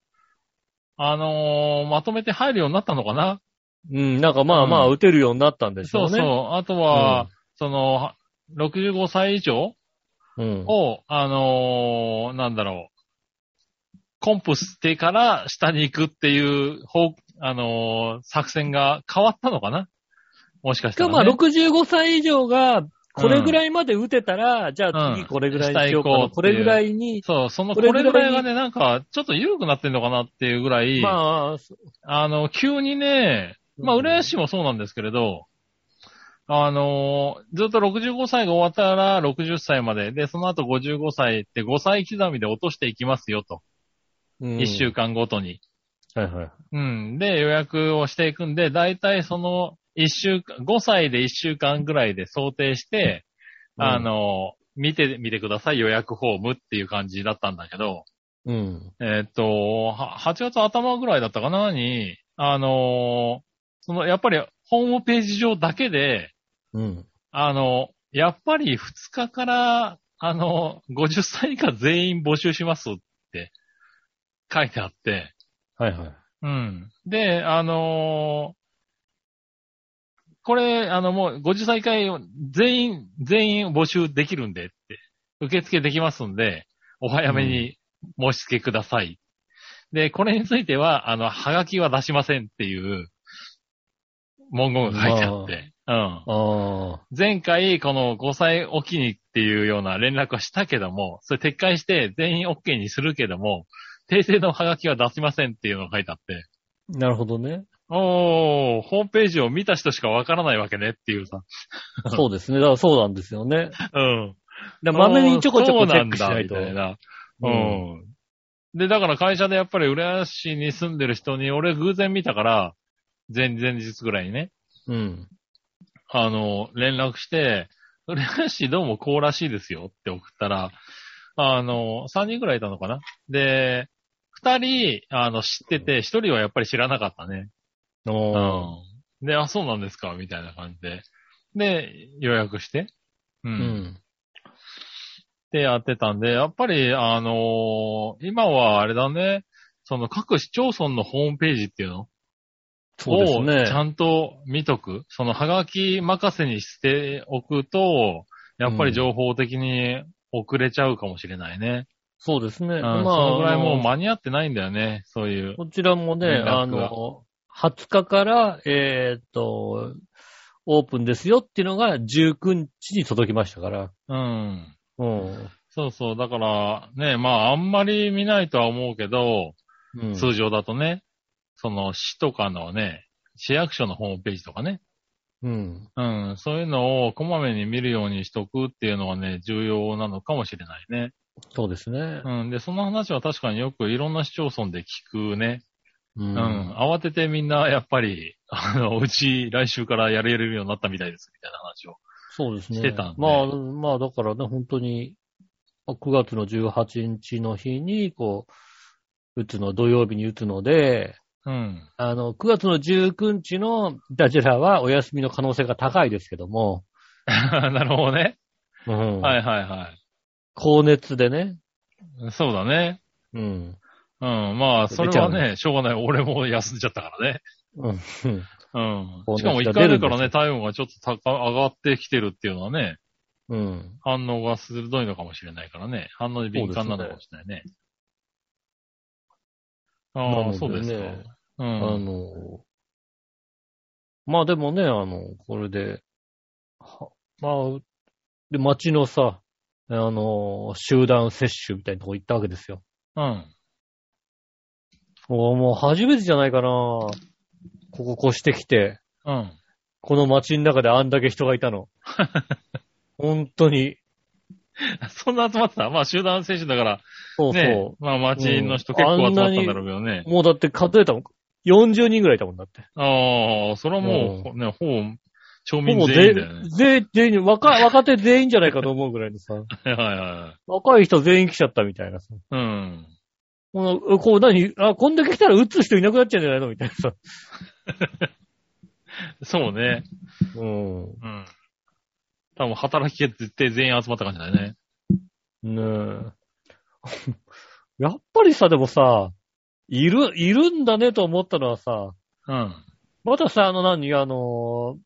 Speaker 3: あのーまとめて入るようになったのかな
Speaker 2: うん、なんかまあまあ
Speaker 3: うん
Speaker 2: 打てるようになったんでし
Speaker 3: そ
Speaker 2: ょ
Speaker 3: う
Speaker 2: うね。
Speaker 3: そう。あとは、その、は65歳以上
Speaker 2: う。うん。
Speaker 3: を、あのーなんだろう。コンプしてから下に行くっていう方、あのー作戦が変わったのかなもしかしたら、
Speaker 2: 今日
Speaker 3: ね。
Speaker 2: まあ65歳以上が、これぐらいまで打てたら、じゃあ
Speaker 3: うん
Speaker 2: 次これぐらいにしようかな
Speaker 3: 下行こうっていう
Speaker 2: これぐらいに、
Speaker 3: そう、その、こ
Speaker 2: これぐ
Speaker 3: れ
Speaker 2: らい
Speaker 3: ぐらいがね、なんか、ちょっと緩くなってんのかなっていうぐらい、あ、
Speaker 2: まあ、そ
Speaker 3: の、急にね、まあ、
Speaker 2: うん
Speaker 3: 浦安市もそうなんですけれど、あのーずっと65歳が終わったら60歳まで、で、その後55歳って5歳刻みで落としていきますよと、
Speaker 2: うん
Speaker 3: 1週。間ごとに。
Speaker 2: はいはい。
Speaker 3: うん。で、予約をしていくんで、だいたいその、一週間、5歳で1週間ぐらいで想定して、
Speaker 2: うん
Speaker 3: あの、見てみてください、予約フォームっていう感じだったんだけど、
Speaker 2: うん。
Speaker 3: えーっと、は8月頭ぐらいだったかなに、あのーその、やっぱりホームページ上だけで、
Speaker 2: うん。
Speaker 3: あの、やっぱり2日から、あの、50歳以下全員募集しますって書いてあって、
Speaker 2: はいはい。
Speaker 3: うん。で、あのーこれ、あの、もう50歳以下全員、全員募集できるんでって、受付できますんで、お早めに申し付けください。で、これについては、あの、はがきは出しませんっていう文言が書いてあって、うん。
Speaker 2: ああ。
Speaker 3: 前回、この5歳おきにっていうような連絡はしたけども、それ撤回して全員 OK にするけども、訂正のハガキは出しませんっていうのが書いてあって、
Speaker 2: なるほど ね。
Speaker 3: おー、ホームページを見た人しかわからないわけねっていうさ。
Speaker 2: そうですね。だからそうなんですよね。
Speaker 3: うん。
Speaker 2: だからまめにちょこちょこチェックし
Speaker 3: そう
Speaker 2: なん
Speaker 3: だ
Speaker 2: いと。
Speaker 3: みたいな。う
Speaker 2: うん
Speaker 3: ん。で、だから会社でやっぱり浦安市に住んでる人に、俺偶然見たから、前々日ぐらいにね、
Speaker 2: うん。
Speaker 3: あの、連絡して、浦安市どうもこうらしいですよって送ったら、あの、3人ぐらいいたのかなで、2人、あの、知ってて、1人はやっぱり知らなかったね。
Speaker 2: おー
Speaker 3: うん。で、あ、そうなんですか、みたいな感じで。で、予約して、うん。
Speaker 2: う
Speaker 3: っ
Speaker 2: ん。
Speaker 3: てやってたんで、やっぱり、あのー今はあれだね、その各市町村のホームページっていうの
Speaker 2: そうです
Speaker 3: を
Speaker 2: ね。
Speaker 3: ちゃんと見とく。そのハガキ任せにしておくと、やっぱり情報的に遅れちゃうかもしれないね。
Speaker 2: そうですね。
Speaker 3: うん
Speaker 2: まあ、
Speaker 3: そのぐらいも
Speaker 2: あ
Speaker 3: う
Speaker 2: の
Speaker 3: 間に合ってないんだよね、そういう。
Speaker 2: こちらもね、
Speaker 3: 連絡が
Speaker 2: あの、20日から、えーっと、オープンですよっていうのが19日に届きましたから。
Speaker 3: うん。
Speaker 2: うん。
Speaker 3: そうそう。だから、ね、まあ、あんまり見ないとは思うけど、
Speaker 2: うん、
Speaker 3: 通常だとね、その市とかのね、市役所のホームページとかね、
Speaker 2: うん。
Speaker 3: うん、そういうのをこまめに見るようにしとくっていうのはね、重要なのかもしれないね。
Speaker 2: そうですね。
Speaker 3: うん、で、その話は確かによくいろんな市町村で聞くね。
Speaker 2: う
Speaker 3: うんん、慌ててみんなやっぱり、あの、うち来週からやれるようになったみたいです、みたいな話を。
Speaker 2: そうですね。
Speaker 3: してたんで
Speaker 2: まあ、まあ、だからね、本当に、9月の18日の日に、こう、打つの、土曜日に打つので、
Speaker 3: うん、
Speaker 2: あの、9月の19日のダジェラはお休みの可能性が高いですけども、
Speaker 3: なるほどね。
Speaker 2: うん
Speaker 3: はいはいは
Speaker 2: 高熱でね、
Speaker 3: い。そうだね。
Speaker 2: うん。
Speaker 3: うん、まあ、それはね、しょうがない。俺も休んじゃったからね。
Speaker 2: うん。
Speaker 3: う
Speaker 2: こ
Speaker 3: ん。
Speaker 2: う
Speaker 3: しかも
Speaker 2: 熱
Speaker 3: 1
Speaker 2: が
Speaker 3: 回
Speaker 2: 出る
Speaker 3: 目
Speaker 2: んですよ
Speaker 3: からね、体温がちょっと高、上がってきてるっていうのはね、
Speaker 2: うん。
Speaker 3: 反応が鋭いのかもしれないからね、反応に敏感なのかもしれないね。ああ、
Speaker 2: な
Speaker 3: そう
Speaker 2: ので
Speaker 3: で
Speaker 2: す
Speaker 3: か。
Speaker 2: ね
Speaker 3: う
Speaker 2: あ
Speaker 3: ん。
Speaker 2: の、まあでもね、あの、これで、はまあ、で、街のさ、あの、集団接種みたいなとこ行ったわけですよ。
Speaker 3: うん。
Speaker 2: もうもう初めてじゃないかなここ越してきて、
Speaker 3: うん。
Speaker 2: この街の中であんだけ人がいたの。本当に。
Speaker 3: そんな集まってたまあ集団接種だから、
Speaker 2: そうそう。
Speaker 3: ね。まあ街の人結構集まったんだろうけどね。
Speaker 2: もうだって数えたもん。 40人ぐらいいたもんだって。
Speaker 3: ああ、それはもう、ね、ほぼ、町
Speaker 2: ほ
Speaker 3: 民
Speaker 2: ぼ
Speaker 3: 全
Speaker 2: 全
Speaker 3: 員だよね。
Speaker 2: 全全員、若、若手全員じゃないかと思うぐらいのさ、
Speaker 3: はいはいはい。
Speaker 2: 若い人全員来ちゃったみたいなさ。
Speaker 3: うん。
Speaker 2: このこう何あ、こんだけ来たら打つ人いなくなっちゃうんじゃないのみたいなさ。
Speaker 3: そうね。
Speaker 2: うん。
Speaker 3: うん。多分働きが絶対全員集まった感じだよね。
Speaker 2: ねえ。 やっぱりさ、でもさ、いる、いるんだねと思ったのはさ、
Speaker 3: うん。
Speaker 2: またさ、あの何、あの、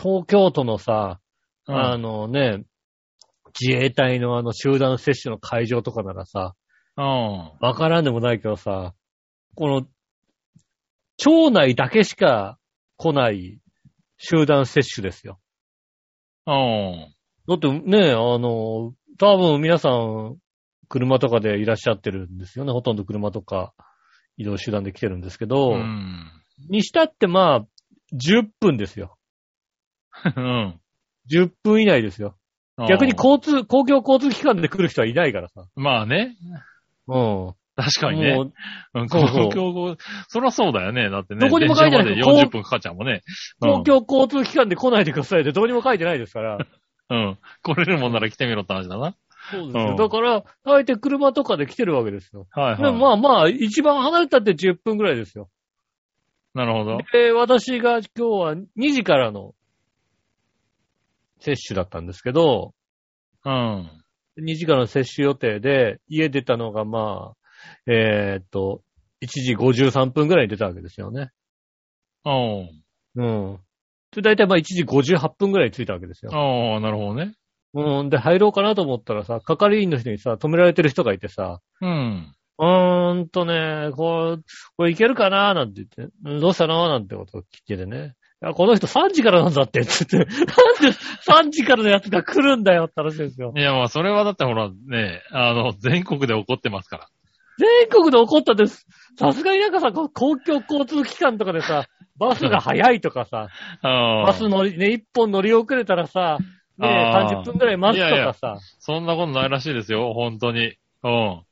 Speaker 2: 東京都のさ、
Speaker 3: う
Speaker 2: あ
Speaker 3: ん。
Speaker 2: のね、自衛隊のあの集団接種の会場とかならさ、
Speaker 3: うん。
Speaker 2: わからんでもないけどさ、この、町内だけしか来ない集団接種ですよ。
Speaker 3: うん。
Speaker 2: だってね、あの、多分皆さん、車とかでいらっしゃってるんですよね。ほとんど車とか移動手段で来てるんですけど、
Speaker 3: うん。
Speaker 2: にしたってまあ、10分ですよ。
Speaker 3: うん。
Speaker 2: 10分以内ですよ。逆に交通、公共交通機関で来る人はいないからさ。
Speaker 3: うん。まあね。
Speaker 2: うん。も
Speaker 3: 確かにね。
Speaker 2: う、
Speaker 3: うん、
Speaker 2: そうそう
Speaker 3: 公共そりゃそうだよね。だってね。
Speaker 2: どこにも書いてない
Speaker 3: 電車まで40分かかっちゃうもんね。
Speaker 2: 公共交通機関で来ないでくださいってどうにも書いてないですから。
Speaker 3: うん。うん。来れるもんなら来てみろって話だな。
Speaker 2: そうです
Speaker 3: う
Speaker 2: よ。
Speaker 3: ん
Speaker 2: だから、大抵車とかで来てるわけですよ。
Speaker 3: はいはい。
Speaker 2: でもまあまあ、一番離れたって10分ぐらいですよ。
Speaker 3: なるほど。
Speaker 2: で、私が今日は2時からの接種だったんですけど、
Speaker 3: うん。
Speaker 2: 2時からの接種予定で、家出たのがまあ、えーっと、1時53分ぐらいに出たわけですよね。
Speaker 3: おう
Speaker 2: うん。で、だいたいまあ1時58分ぐらいに着いたわけですよ。
Speaker 3: おうなるほどね。
Speaker 2: うん。で、入ろうかなと思ったらさ、係員の人にさ、止められてる人がいてさ、
Speaker 3: うん。
Speaker 2: うーんとね、こう、これいけるかななんて言って、うんどうしたのなんてことを聞いててね。いやこの人3時からなんだって、つって。なんで3時からのやつが来るんだよって話ですよ。
Speaker 3: いや、まあ、それはだってほら、ね、あの、全国で起こってますから。
Speaker 2: 全国で起こったです。さすがになんかさ、こう公共交通機関とかでさ、バスが早いとかさ、
Speaker 3: あ
Speaker 2: バ
Speaker 3: あ
Speaker 2: ス乗り、ね、1本乗り遅れたらさ、ね、
Speaker 3: あー
Speaker 2: 30分くらい待つとかさ、
Speaker 3: そんなことないらしいですよ、本当に。うん。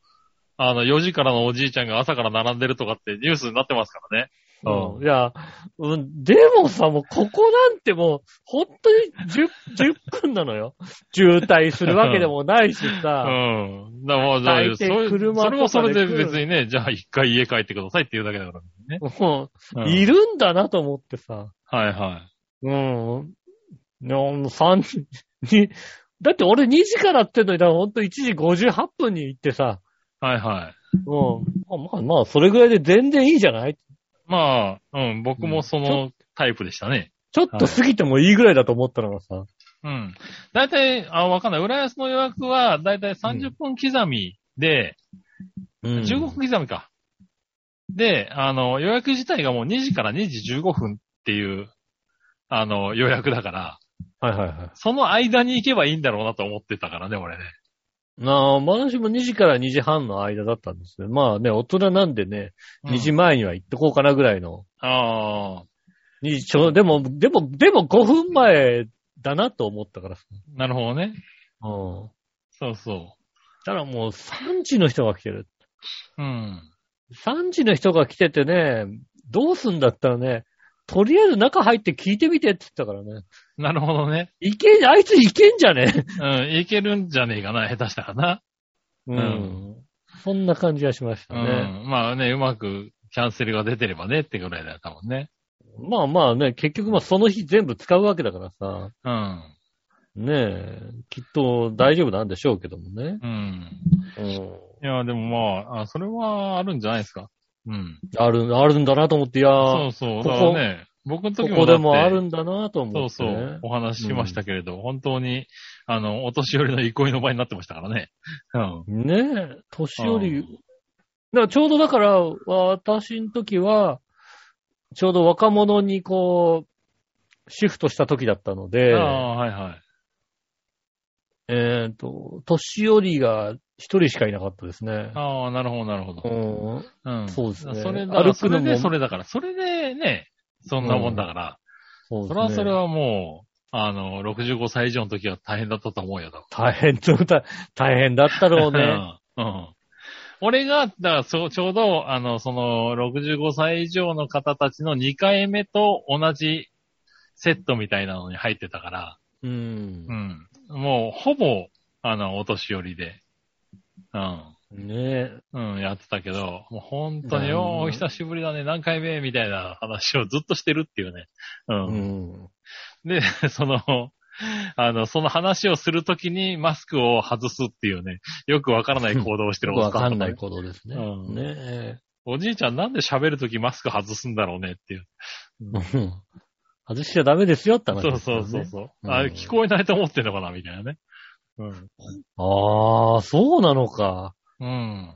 Speaker 3: あの、4時からのおじいちゃんが朝から並んでるとかってニュースになってますからね。いやいや
Speaker 2: うんいや、うん、でもさ、もうここなんてもう、本当に 10, 10分なのよ。渋滞するわけでもないしさ、
Speaker 3: うん。だからまあ、じゃあ
Speaker 2: 大抵
Speaker 3: それ
Speaker 2: 車
Speaker 3: それもそれで
Speaker 2: とかで来る
Speaker 3: 別にね、じゃあ一回家帰ってくださいっていうだけだからね。
Speaker 2: もう
Speaker 3: うん
Speaker 2: いるんだなと思ってさ、
Speaker 3: はいはい。
Speaker 2: うん。いや、もう3時、に、だって俺2時からってんのに、だからほんと1時58分に行ってさ、
Speaker 3: はいはい。
Speaker 2: うん。まあまあ、それぐらいで全然いいじゃない
Speaker 3: まあ、うん、僕もそ
Speaker 2: ち
Speaker 3: のタイプでしたね。
Speaker 2: ちょっと過ぎてもいいぐらいだと思ったのがさ、
Speaker 3: うん。大体、あ、わかんない。浦安の予約は、大体30分刻みで、
Speaker 2: うん
Speaker 3: 15分刻みか。で、あの、予約自体がもう2時から2時15分っていう、あの、予約だから、
Speaker 2: はいはいはい。
Speaker 3: その間に行けばいいんだろうなと思ってたからね、俺ね。
Speaker 2: なあ、私も2時から2時半の間だったんですけど、まあね、大人なんでね、
Speaker 3: うん
Speaker 2: 2時前には行ってこうかなぐらいの。
Speaker 3: ああ、
Speaker 2: 2時ちょでも、でも、でも5分前だなと思ったからさ。
Speaker 3: なるほどね。
Speaker 2: うん。
Speaker 3: そうそ
Speaker 2: たらもう3時の人が来てる。
Speaker 3: う。うん。
Speaker 2: 3時の人が来ててね、どうすんだったらね、とりあえず中入って聞いてみてって言ったからね。
Speaker 3: なるほどね。
Speaker 2: いけん、あいついけんじゃね
Speaker 3: うん、いけるんじゃねえかな、下手したらな。
Speaker 2: うんん。そんな感じがしました
Speaker 3: う
Speaker 2: ね。
Speaker 3: ん。まあね、うまくキャンセルが出てればねってぐらいだったもんね。
Speaker 2: まあまあね、結局まあその日全部使うわけだからさ、
Speaker 3: うん。
Speaker 2: ねえ、きっと大丈夫なんでしょうけどもね。
Speaker 3: うん。
Speaker 2: うん。
Speaker 3: いや、でもまあ、あそれはあるんじゃないですか。うん。
Speaker 2: ある、あるんだなと思って、いや
Speaker 3: そ
Speaker 2: ー
Speaker 3: うそ
Speaker 2: こ
Speaker 3: う。
Speaker 2: こ
Speaker 3: だからね、僕の
Speaker 2: こ
Speaker 3: 時も
Speaker 2: こで
Speaker 3: だって
Speaker 2: もあるんだなと思って、
Speaker 3: そ
Speaker 2: ね。
Speaker 3: うそう。お話ししましたけれど、本当に、あの、お年寄りの憩いの場になってましたからね。うん。
Speaker 2: ねえ、年寄り、
Speaker 3: うん
Speaker 2: だからちょうどだから、私の時は、ちょうど若者にこう、シフトした時だったので、
Speaker 3: ああ、はいはい。
Speaker 2: えっ、と、年寄りが一人しかいなかったですね。
Speaker 3: ああ、なるほど、なるほど
Speaker 2: う。ん。
Speaker 3: うん。
Speaker 2: そうですね
Speaker 3: それだ
Speaker 2: 歩く
Speaker 3: そ
Speaker 2: の
Speaker 3: れ
Speaker 2: も
Speaker 3: で、それだから。それでね、そんなもんだから。
Speaker 2: そうですね
Speaker 3: それはそれはもう、あの、65歳以上の時は大変だったと思うよ、多
Speaker 2: 大変と、大大変だったろう
Speaker 3: 分
Speaker 2: ね。
Speaker 3: うん。うん。俺が、だからそう、ちょうど、あの、その、65歳以上の方たちの2回目と同じセットみたいなのに入ってたから、
Speaker 2: うん
Speaker 3: う。ん。もう、ほぼ、あの、お年寄りで、うん。
Speaker 2: ねえ。
Speaker 3: うん、やってたけど、もう本当
Speaker 2: な
Speaker 3: に、
Speaker 2: るほど
Speaker 3: おーお久しぶりだね、何回目みたいな話をずっとしてるっていうね。
Speaker 2: う
Speaker 3: うん。
Speaker 2: ん。
Speaker 3: で、 その、あの、その話をするときにマスクを外すっていうね、よくわからない行動をして
Speaker 2: よ
Speaker 3: る
Speaker 2: く
Speaker 3: お
Speaker 2: わ
Speaker 3: っさ
Speaker 2: か
Speaker 3: んとかね
Speaker 2: んない行動ですね。
Speaker 3: うん
Speaker 2: ね え。
Speaker 3: おじいちゃんなんで喋るときマスク外すんだろうねっていう。
Speaker 2: うん外しちゃダメですよって話
Speaker 3: そ
Speaker 2: で
Speaker 3: う
Speaker 2: すよ
Speaker 3: そ
Speaker 2: ね。
Speaker 3: うそうそう。
Speaker 2: うん
Speaker 3: あれ聞こえないと思ってんのかなみたいなね。うん。
Speaker 2: ああ、そうなのか。
Speaker 3: うん。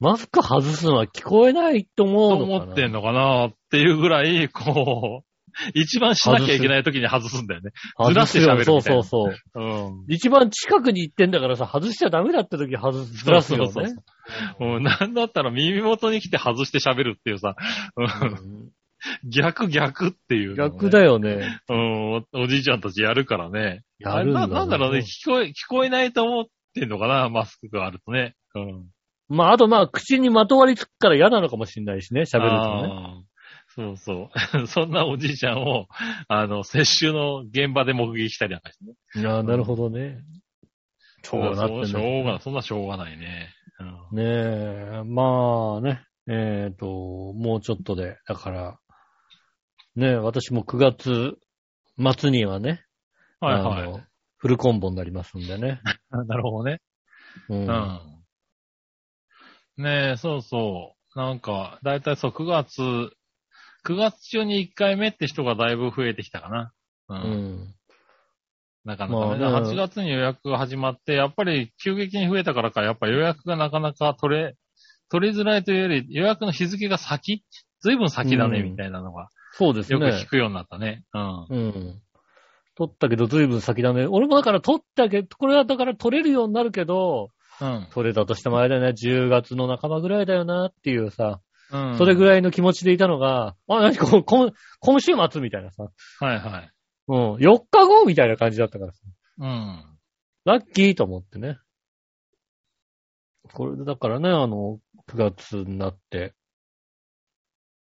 Speaker 2: マスク外すのは聞こえないと
Speaker 3: と
Speaker 2: 思うのかな。
Speaker 3: 思ってんのかなっていうぐらい、こう、 一番しなきゃいけない時に外すんだよね。ずらして喋るみたい
Speaker 2: 外
Speaker 3: な
Speaker 2: すよそうそうそう。
Speaker 3: うん。
Speaker 2: 一番近くに行ってんだからさ、外しちゃダメだった時外す、ずらすよね。
Speaker 3: そうそうもうなんだったら耳元に来て外して喋るっていうさ、うん
Speaker 2: うん
Speaker 3: 逆逆っていう、
Speaker 2: 逆だよ
Speaker 3: よ。
Speaker 2: ね。
Speaker 3: うんお、おじいちゃんたちやるからね。
Speaker 2: やるんだ
Speaker 3: あ
Speaker 2: ね
Speaker 3: れななんだろうね、聞こえ、聞こえないと思ってんのかな、マスクがあるとね。うん。
Speaker 2: まあ、あとまあ、口にまとわりつくから嫌なのかもしれないしね、喋るとね。
Speaker 3: あーそうそう。 そんなおじいちゃんを、あの、接種の現場で目撃したりなんかしてね。
Speaker 2: いやー、なるほどね。そうなってんだ
Speaker 3: しょうがない。そんなしょうがないね。うん
Speaker 2: ねえ、まあね、えっ、と、もうちょっとで、だから、ねえ、私も9月末にはね、
Speaker 3: はい
Speaker 2: あ
Speaker 3: は
Speaker 2: のフルコンボになりますんでね。
Speaker 3: い。なるほどね。
Speaker 2: う。
Speaker 3: うんん。ねえ、そうそう。なんか、だいたいそう、9月、9月中に1回目って人がだいぶ増えてきたかな。う。
Speaker 2: うんん。
Speaker 3: なかなかね。
Speaker 2: まあね
Speaker 3: 8月に予約が始まって、やっぱり急激に増えたからか、やっぱ予約がなかなか取れ、取りづらいというより、予約の日付が先ずいぶん先だね、
Speaker 2: うん
Speaker 3: みたいなのが、
Speaker 2: そうです
Speaker 3: よく
Speaker 2: ね。
Speaker 3: 聞くようになったね。うん。
Speaker 2: うん。取ったけど随分先だね。俺もだから取ったけど、これはだから取れるようになるけど、
Speaker 3: うん。
Speaker 2: 取れたとしてもあれだよね、10月の半ばぐらいだよなっていうさ、
Speaker 3: うん。
Speaker 2: それぐ
Speaker 3: い。
Speaker 2: らいの気持ちでいたのが、あ、何こ今今週末みたいなさ、
Speaker 3: はいはい。
Speaker 2: うん、4日後みたいな感じだったからさ、
Speaker 3: うん。
Speaker 2: ラッキーと思ってね。これでだからね、あの、9月になって、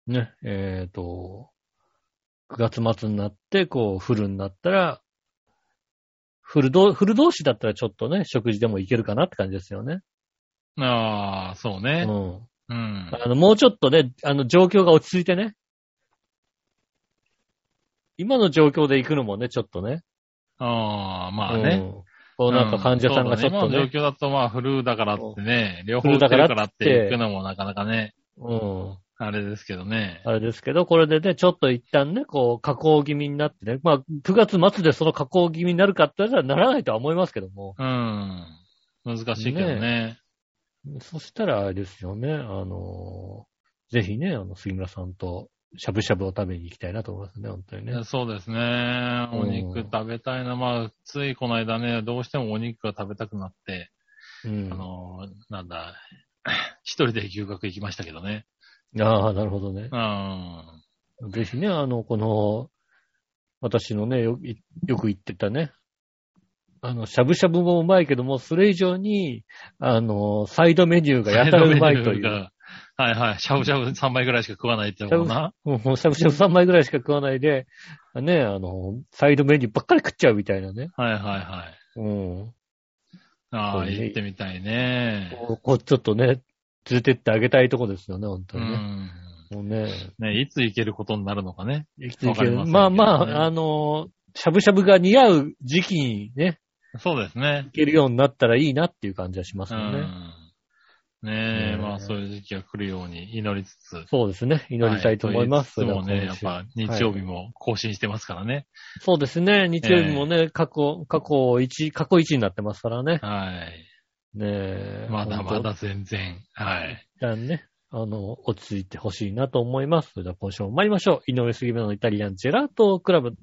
Speaker 2: ね、えっ、と、9月末になって、こう、フルになったら、フルど、フル同士だったらちょっとね、食事でもいけるかなって感じですよね。
Speaker 3: ああ、そう
Speaker 2: う
Speaker 3: ね。
Speaker 2: ん。
Speaker 3: うん。
Speaker 2: あの、もうちょっとね、あの、状況が落ち着いてね。今の状況で行くのもね、ちょっとね。
Speaker 3: ああ、まあね。
Speaker 2: うんこうなんか患者さんがちょっと
Speaker 3: そうだね
Speaker 2: ね。
Speaker 3: 今の状況だとまあフルだからってね、両
Speaker 2: フ
Speaker 3: 方
Speaker 2: ル
Speaker 3: だ
Speaker 2: だ
Speaker 3: か
Speaker 2: からら
Speaker 3: っ
Speaker 2: ってて
Speaker 3: 行くのもなかなかね、
Speaker 2: うん。
Speaker 3: あれですけどね。
Speaker 2: あれですけど、これでね、ちょっと一旦ね、こう、加工気味になってね。まあ、9月末でその加工気味になるかって言ったらならないとは思いますけども。
Speaker 3: うん。難しいけどね。
Speaker 2: そしたら、あれですよね、あのーぜひね、あの、杉村さんと、しゃぶしゃぶを食べに行きたいなと思いますね、本当にね。
Speaker 3: そうですね。
Speaker 2: うん
Speaker 3: お肉食べたいな。まあ、ついこの間ね、どうしてもお肉が食べたくなって、
Speaker 2: うん。
Speaker 3: あのー、なんだ、 一人で牛角行きましたけどね。
Speaker 2: ああ、なるほどね。
Speaker 3: うん。
Speaker 2: ぜひね、あの、この、私のね、よいよく言ってたね、あの、しゃぶしゃぶもうまいけども、それ以上に、あの、サイドメニューがやたらうまいとい
Speaker 3: サイドメニュー
Speaker 2: う。
Speaker 3: が はいはい。しゃぶしゃぶ3杯ぐらいしか食わないってことな。
Speaker 2: うんもうしゃぶしゃぶ3枚ぐらいしか食わないで、ね、あの、サイドメニューばっかり食っちゃうみたいなね。
Speaker 3: はいはいはい。
Speaker 2: うん。
Speaker 3: あ
Speaker 2: そう
Speaker 3: あ、
Speaker 2: ね
Speaker 3: 行ってみたいね。
Speaker 2: こうこうちょっとね、連れてってあげたいとこですよね、本当
Speaker 3: う
Speaker 2: にね。
Speaker 3: ん。
Speaker 2: もうね、
Speaker 3: ね、いつ行けることになるのかね。
Speaker 2: 生きていけ
Speaker 3: わかりませんけど
Speaker 2: る。
Speaker 3: ね
Speaker 2: まあまあ、あの、しゃぶしゃぶが似合う時期にね、
Speaker 3: そうですね
Speaker 2: 行。けるようになったらいいなっていう感じはします
Speaker 3: う
Speaker 2: よね。
Speaker 3: ん。ねえ、
Speaker 2: ねえ
Speaker 3: まあそういう時期が来るように祈りつつ。
Speaker 2: そうですね。祈りたいと思います。
Speaker 3: はと言いつつもね、
Speaker 2: 今
Speaker 3: やっ
Speaker 2: 週
Speaker 3: ぱ日曜日も更新してますからね。
Speaker 2: そうですね。日曜日もね、過去、過去1、過去1になってますからね。
Speaker 3: はい。
Speaker 2: ねえ
Speaker 3: まだま。
Speaker 2: 本
Speaker 3: だ全然。はい。
Speaker 2: 当一旦ね、あの、落ち着いてほしいなと思います。それでは今週も参りましょう。井上杉村のイタリアンジェラートクラブ。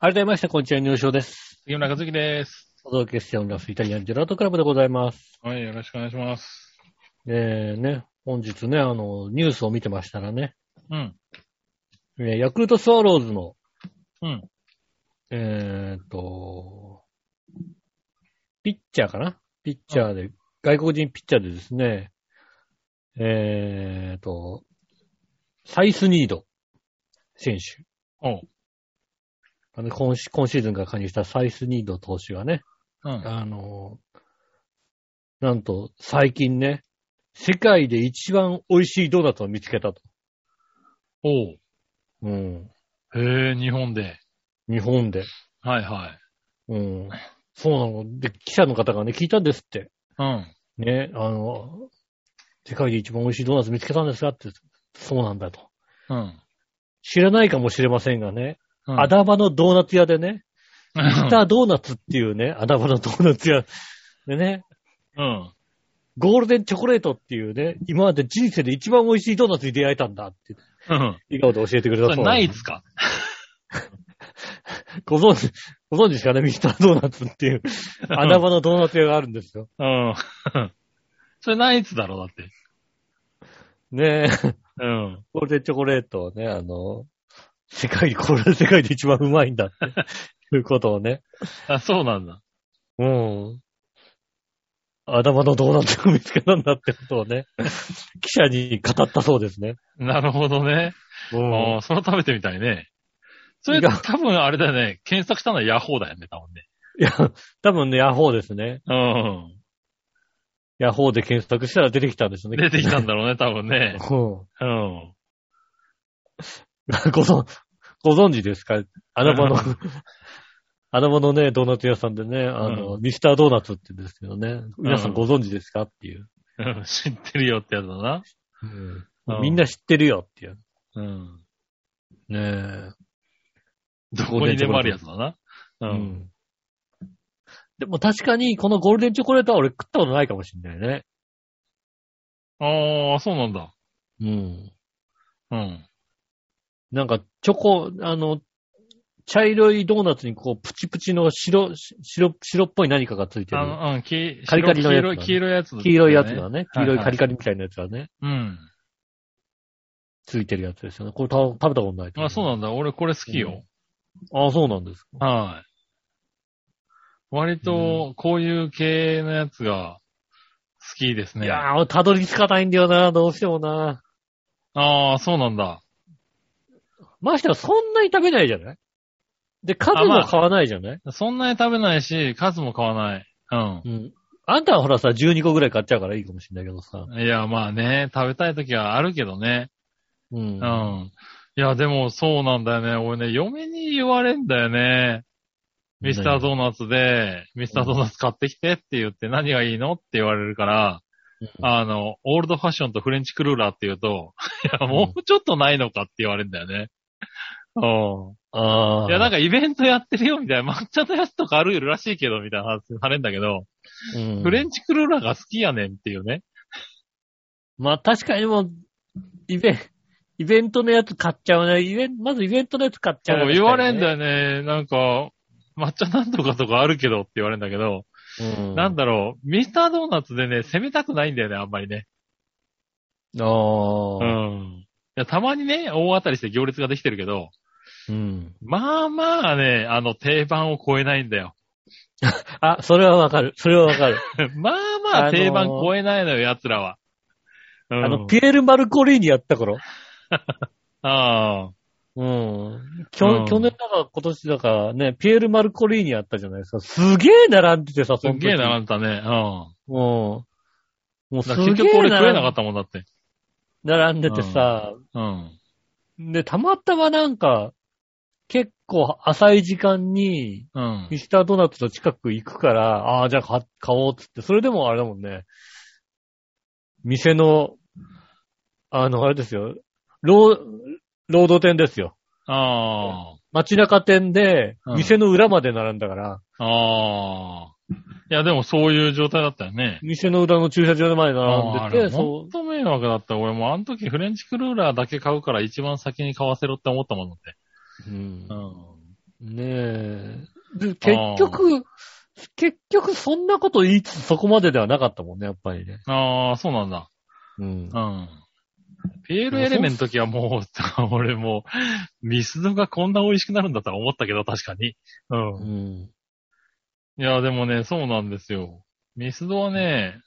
Speaker 2: 改めまして、こんにちは、入賞です。
Speaker 3: 杉村和樹です。
Speaker 2: お届けしております。イタリアンジェラートクラブでございます。
Speaker 3: はい、よろしくお願いします。
Speaker 2: えー、ね、本日ね、あの、ニュースを見てましたらね、
Speaker 3: うん。
Speaker 2: えーヤクルトスワローズの、
Speaker 3: うん。
Speaker 2: えーっと、ピッチャーかなピッチャーで、外国人ピッチャーでですね、えーっと、サイスニード選手。
Speaker 3: おう。
Speaker 2: あの今シ今シーズンから加入したサイスニード投手がね、
Speaker 3: うん。
Speaker 2: あの、なんと最近ね、世界で一番美味しいドーナツを見つけたと。
Speaker 3: おう。
Speaker 2: うん。
Speaker 3: へえ、日本で。
Speaker 2: 日本で。
Speaker 3: はいはい。
Speaker 2: うん。そうなの。で、記者の方がね、聞いたんですって。
Speaker 3: うん。
Speaker 2: ね、あの、世界で一番美味しいドーナツ見つけたんですかって、そうなんだと。
Speaker 3: うん。
Speaker 2: 知らないかもしれませんがね、
Speaker 3: うん
Speaker 2: アダバのドーナツ屋でね、ミスタ
Speaker 3: う
Speaker 2: ードーナツっていうね、アダバのドーナツ屋でね、
Speaker 3: ん。
Speaker 2: ゴールデンチョコレートっていうね、今まで人生で一番美味しいドーナツに出会えたんだって、
Speaker 3: うん。
Speaker 2: 笑顔で教えてくれ
Speaker 3: そ
Speaker 2: た
Speaker 3: れ
Speaker 2: そう
Speaker 3: ナイ
Speaker 2: です
Speaker 3: ツか。
Speaker 2: ご存知、ご存知ですかね、ミスタードーナツって いう、穴場のドーナツ屋があるんですよ。
Speaker 3: うん。 それナイツだろ、だって。
Speaker 2: ねえ、
Speaker 3: うん。
Speaker 2: ゴールデンチョコレートをね、あの、世界、これ世界で一番うまいんだ って、いうことをね、
Speaker 3: あ、そうなんだ。
Speaker 2: うん。穴場のドーナツを見つけたんだってことをね、記者に語ったそうですね。
Speaker 3: なるほどね。
Speaker 2: う
Speaker 3: ああ、
Speaker 2: ん。
Speaker 3: それ食べてみたいね。それ
Speaker 2: いや
Speaker 3: 多分あれだよね。検索したのはヤホーだよね、多分ね。
Speaker 2: いや、多分ね、ヤホーですね。
Speaker 3: うん。
Speaker 2: ヤホーで検索したら出てきたんですよね。
Speaker 3: 出てきたんだろうね、多分ね。
Speaker 2: うん。
Speaker 3: うん。
Speaker 2: ご存、ご存知ですか穴場 の
Speaker 3: う、
Speaker 2: 穴場のね、ドーナツ屋さんでね、あの、ミスタードーナツって言うんですけどね、皆さんご存知ですかっていう。
Speaker 3: うん知ってるよってやつだな。うん
Speaker 2: みんな知ってるよっていう。
Speaker 3: うん。
Speaker 2: ね
Speaker 3: どこにでもあるやつだな。う
Speaker 2: え。
Speaker 3: ん。
Speaker 2: でも確かに、このゴールデンチョコレートは俺食ったことないかもしれないね。
Speaker 3: ああ、そうなんだ。
Speaker 2: うん。
Speaker 3: うん。
Speaker 2: なんか、チョコ、あの、茶色いドーナツにこう、プチプチの白、白、白っぽい何かがついて
Speaker 3: あ
Speaker 2: る。
Speaker 3: の、うん、き
Speaker 2: カリカリのやつだね
Speaker 3: 白黄色いやつだね。
Speaker 2: 黄色いやつがね、黄色い
Speaker 3: はいはい
Speaker 2: カリカリみたいなやつがね。
Speaker 3: うん。
Speaker 2: ついてるやつですよね。これた食べたことないと思。
Speaker 3: あ、そうなんだ。俺これ好きよ。
Speaker 2: あそうなんですか。
Speaker 3: はい。割と、こういう系のやつが、好きですね。
Speaker 2: い
Speaker 3: あ
Speaker 2: やー、たどり着かないんだよな、どうしような。
Speaker 3: あー、そうなんだ。
Speaker 2: ましてはそんなに食べないじゃないで、数も買わないじゃない、
Speaker 3: そんなに食べないし、数も買わない。
Speaker 2: うん。あんたはほらさ、12個ぐらい買っちゃうからいいかもしれないけどさ。
Speaker 3: うん。いや、まあね、食べたい時はあるけどね。
Speaker 2: う。
Speaker 3: うんん。いや、でもそうなんだよね。俺ね、嫁に言われんだよね。ミスタードーナツで、ミスタードーナツ買ってきてって言って何がいいのって言われるから、
Speaker 2: うん
Speaker 3: あの、オールドファッションとフレンチクルーラーって言う と、いや、もうちょっとないのかって言われるんだよね。う
Speaker 2: ああ。
Speaker 3: ん。いや、なん
Speaker 2: か、
Speaker 3: かイベントやってるよみたいな、抹茶のやつとかあるらしいけど、みたいな話されんだけど、
Speaker 2: うん、
Speaker 3: フレンチクルーラーが好きやねんっていうね。
Speaker 2: まあ確かにもう、イベン、イベントのやつ買っちゃうね。イベンまずイベントのやつ買っちゃう、
Speaker 3: そう言われん
Speaker 2: よ。
Speaker 3: だよね。なんか、抹茶なんとかとかあるけどって言われるんだけど、
Speaker 2: うん。
Speaker 3: なんだろう、ミスタードーナツでね、攻めたくないんだよね、あんまりね。
Speaker 2: ああ
Speaker 3: う。ん。いやたまにね、大当たりして行列ができてるけど、
Speaker 2: うん。
Speaker 3: まあまあね、あの定番を超えないんだよ。
Speaker 2: あ、それはわかる。それはわかる。
Speaker 3: まあまあ
Speaker 2: あのー
Speaker 3: 定番超えないのよ、奴らは。 うん、
Speaker 2: あの、ピエール・マルコリーニやった頃。
Speaker 3: あ
Speaker 2: うん。
Speaker 3: うん
Speaker 2: 去去年だか今年だかね、ピエール・マルコリーニあったじゃないですか。すげえ並んでてさ、
Speaker 3: あ、すっげえ並
Speaker 2: んで。
Speaker 3: んでたね。う
Speaker 2: うん。
Speaker 3: ん。
Speaker 2: もうす
Speaker 3: だ
Speaker 2: げ
Speaker 3: か
Speaker 2: え
Speaker 3: ら結局俺食えなか
Speaker 2: 並
Speaker 3: ったもんだって。
Speaker 2: んでてさ、
Speaker 3: うん。
Speaker 2: で、たまたまなんか、結構浅い時間に、
Speaker 3: うん
Speaker 2: ミ。スタードーナツの近く行くから、ああー、じゃあ買買おうっつって、それでもあれだもんね、店の、あの、あれですよ、ロー、ロード店ですよ。
Speaker 3: ああ。
Speaker 2: 街中店で、
Speaker 3: うん
Speaker 2: 店の裏まで並んだから、
Speaker 3: ああ。いや、でもそういう状態だったよね。
Speaker 2: 店の裏の駐車場まで並
Speaker 3: あ
Speaker 2: ん
Speaker 3: ーあ
Speaker 2: で
Speaker 3: れ
Speaker 2: て、そ
Speaker 3: ほんと迷惑だった。俺もうあの時フレンチクルーラーだけ買うから一番先に買わせろって思ったもんだって。
Speaker 2: う。うん
Speaker 3: う
Speaker 2: ねえ。で結局、結局そんなこと言いつつそこまでではなかったもんね、やっぱりね。
Speaker 3: ん。ああ、そうなんだ。
Speaker 2: うん。
Speaker 3: うん。PL エレメンの時はもう、俺もう、ミスドがこんな美味しくなるんだとは思ったけど、確かに。う。
Speaker 2: うんん。
Speaker 3: いや、でもね、そうなんですよ。ミスドはね、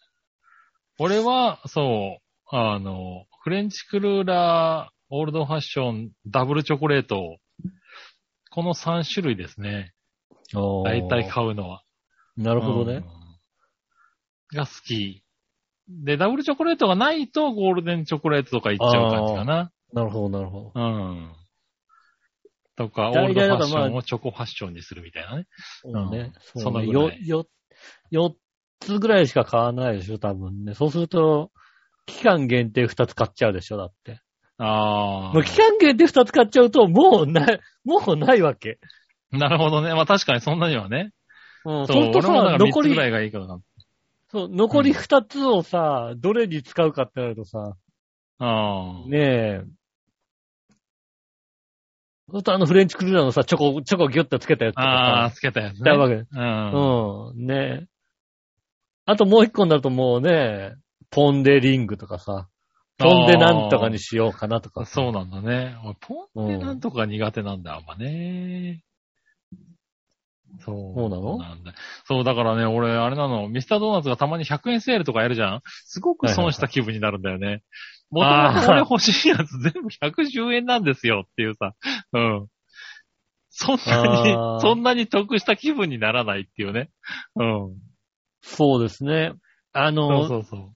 Speaker 3: 俺は、そう、あの、フレンチクルーラー、オールドファッション、ダブルチョコレート、この3種類ですね。大体買うのは。
Speaker 2: なるほどね。
Speaker 3: うん。が好き。で、ダブルチョコレートがないとゴールデンチョコレートとかいっちゃう感じかな。
Speaker 2: なるほど、なるほ
Speaker 3: うん。とか、オー
Speaker 2: 大
Speaker 3: ルド
Speaker 2: 体
Speaker 3: フ
Speaker 2: だか
Speaker 3: ァッ
Speaker 2: ら
Speaker 3: シ
Speaker 2: まあ
Speaker 3: ョンをチョコファッションにするみたいなね。
Speaker 2: ど。うんね。
Speaker 3: うん
Speaker 2: そうね。
Speaker 3: そのぐ
Speaker 2: よ
Speaker 3: ら、い
Speaker 2: よ、4つぐらいしか買わないでしょ、多分ね。そうすると、期間限定2つ買っちゃうでしょ、だって。
Speaker 3: あ
Speaker 2: もう期間限定2つ買っちゃうと、もうない、もうないわけ。
Speaker 3: あ。なるほどね。まあ確かにそんなにはね。
Speaker 2: うん。
Speaker 3: そう、
Speaker 2: そうすると
Speaker 3: 俺もだ
Speaker 2: さ、
Speaker 3: から
Speaker 2: 残
Speaker 3: 3つ
Speaker 2: り
Speaker 3: ぐ、らいがいいからな。
Speaker 2: そう、残り2つをさ、どれに使うかってなるとさ、
Speaker 3: ああ。
Speaker 2: ねえ。あとあのフレンチクルーラーのさ、チョコ、チョコギュッとつけたやつと
Speaker 3: あ
Speaker 2: か
Speaker 3: あ、
Speaker 2: さ、
Speaker 3: つけたやつ
Speaker 2: しちゃうわ
Speaker 3: ね。
Speaker 2: け。
Speaker 3: うん。
Speaker 2: うん、ねえ。あともう一個になるともうね、ポンデリングとかさ、ポンデなんとかにしようかなとか。
Speaker 3: そうなんだね。俺ポンデなんとか苦手なんだ、あんまね。そう。
Speaker 2: そうなの
Speaker 3: んだそう、だからね、俺、あれなの、ミスタードーナツがたまに100円セールとかやるじゃんすごく損した気分になるんだよね。もと
Speaker 2: はいはい
Speaker 3: もと俺欲しいやつ全部110円なんですよっていうさ。うん。そんなに
Speaker 2: あー、
Speaker 3: そんなに得した気分にならないっていうね。うん。
Speaker 2: そうですね。あ
Speaker 3: そう
Speaker 2: の、
Speaker 3: そうそう。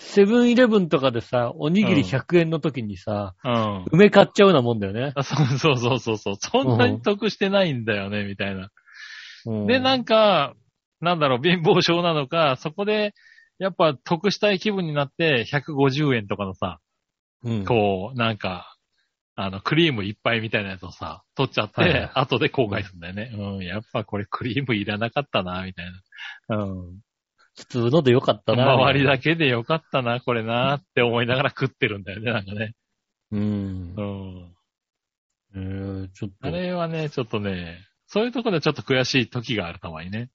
Speaker 2: セブンイレブンとかでさ、おにぎり
Speaker 3: うん
Speaker 2: 100円の時にさ、
Speaker 3: うん。
Speaker 2: 梅買っちゃうようなもんだよね。
Speaker 3: あそうそうそうそうそう。そんなに得してないんだよね、みたいな。で、なんんか、なんだろう、貧乏症なのか、そこで、やっぱ得したい気分になって、150円とかのさ、
Speaker 2: うん、
Speaker 3: こう、なんか、あの、クリームいっぱいみたいなやつをさ、取っちゃって、
Speaker 2: はいはい
Speaker 3: 後で後悔するんだよね。うん、やっぱこれクリームいらなかったな、みたいな。うん。
Speaker 2: 普通のでよかったな。
Speaker 3: 周りだけでよかったな、これな、って思いながら食 ってるんだよね、なんかね。
Speaker 2: うん
Speaker 3: う。ん。
Speaker 2: えー、ちょっ
Speaker 3: あ
Speaker 2: と。
Speaker 3: れはね、ちょっとね、そういうとこでちょっと悔しい時があるたまにね。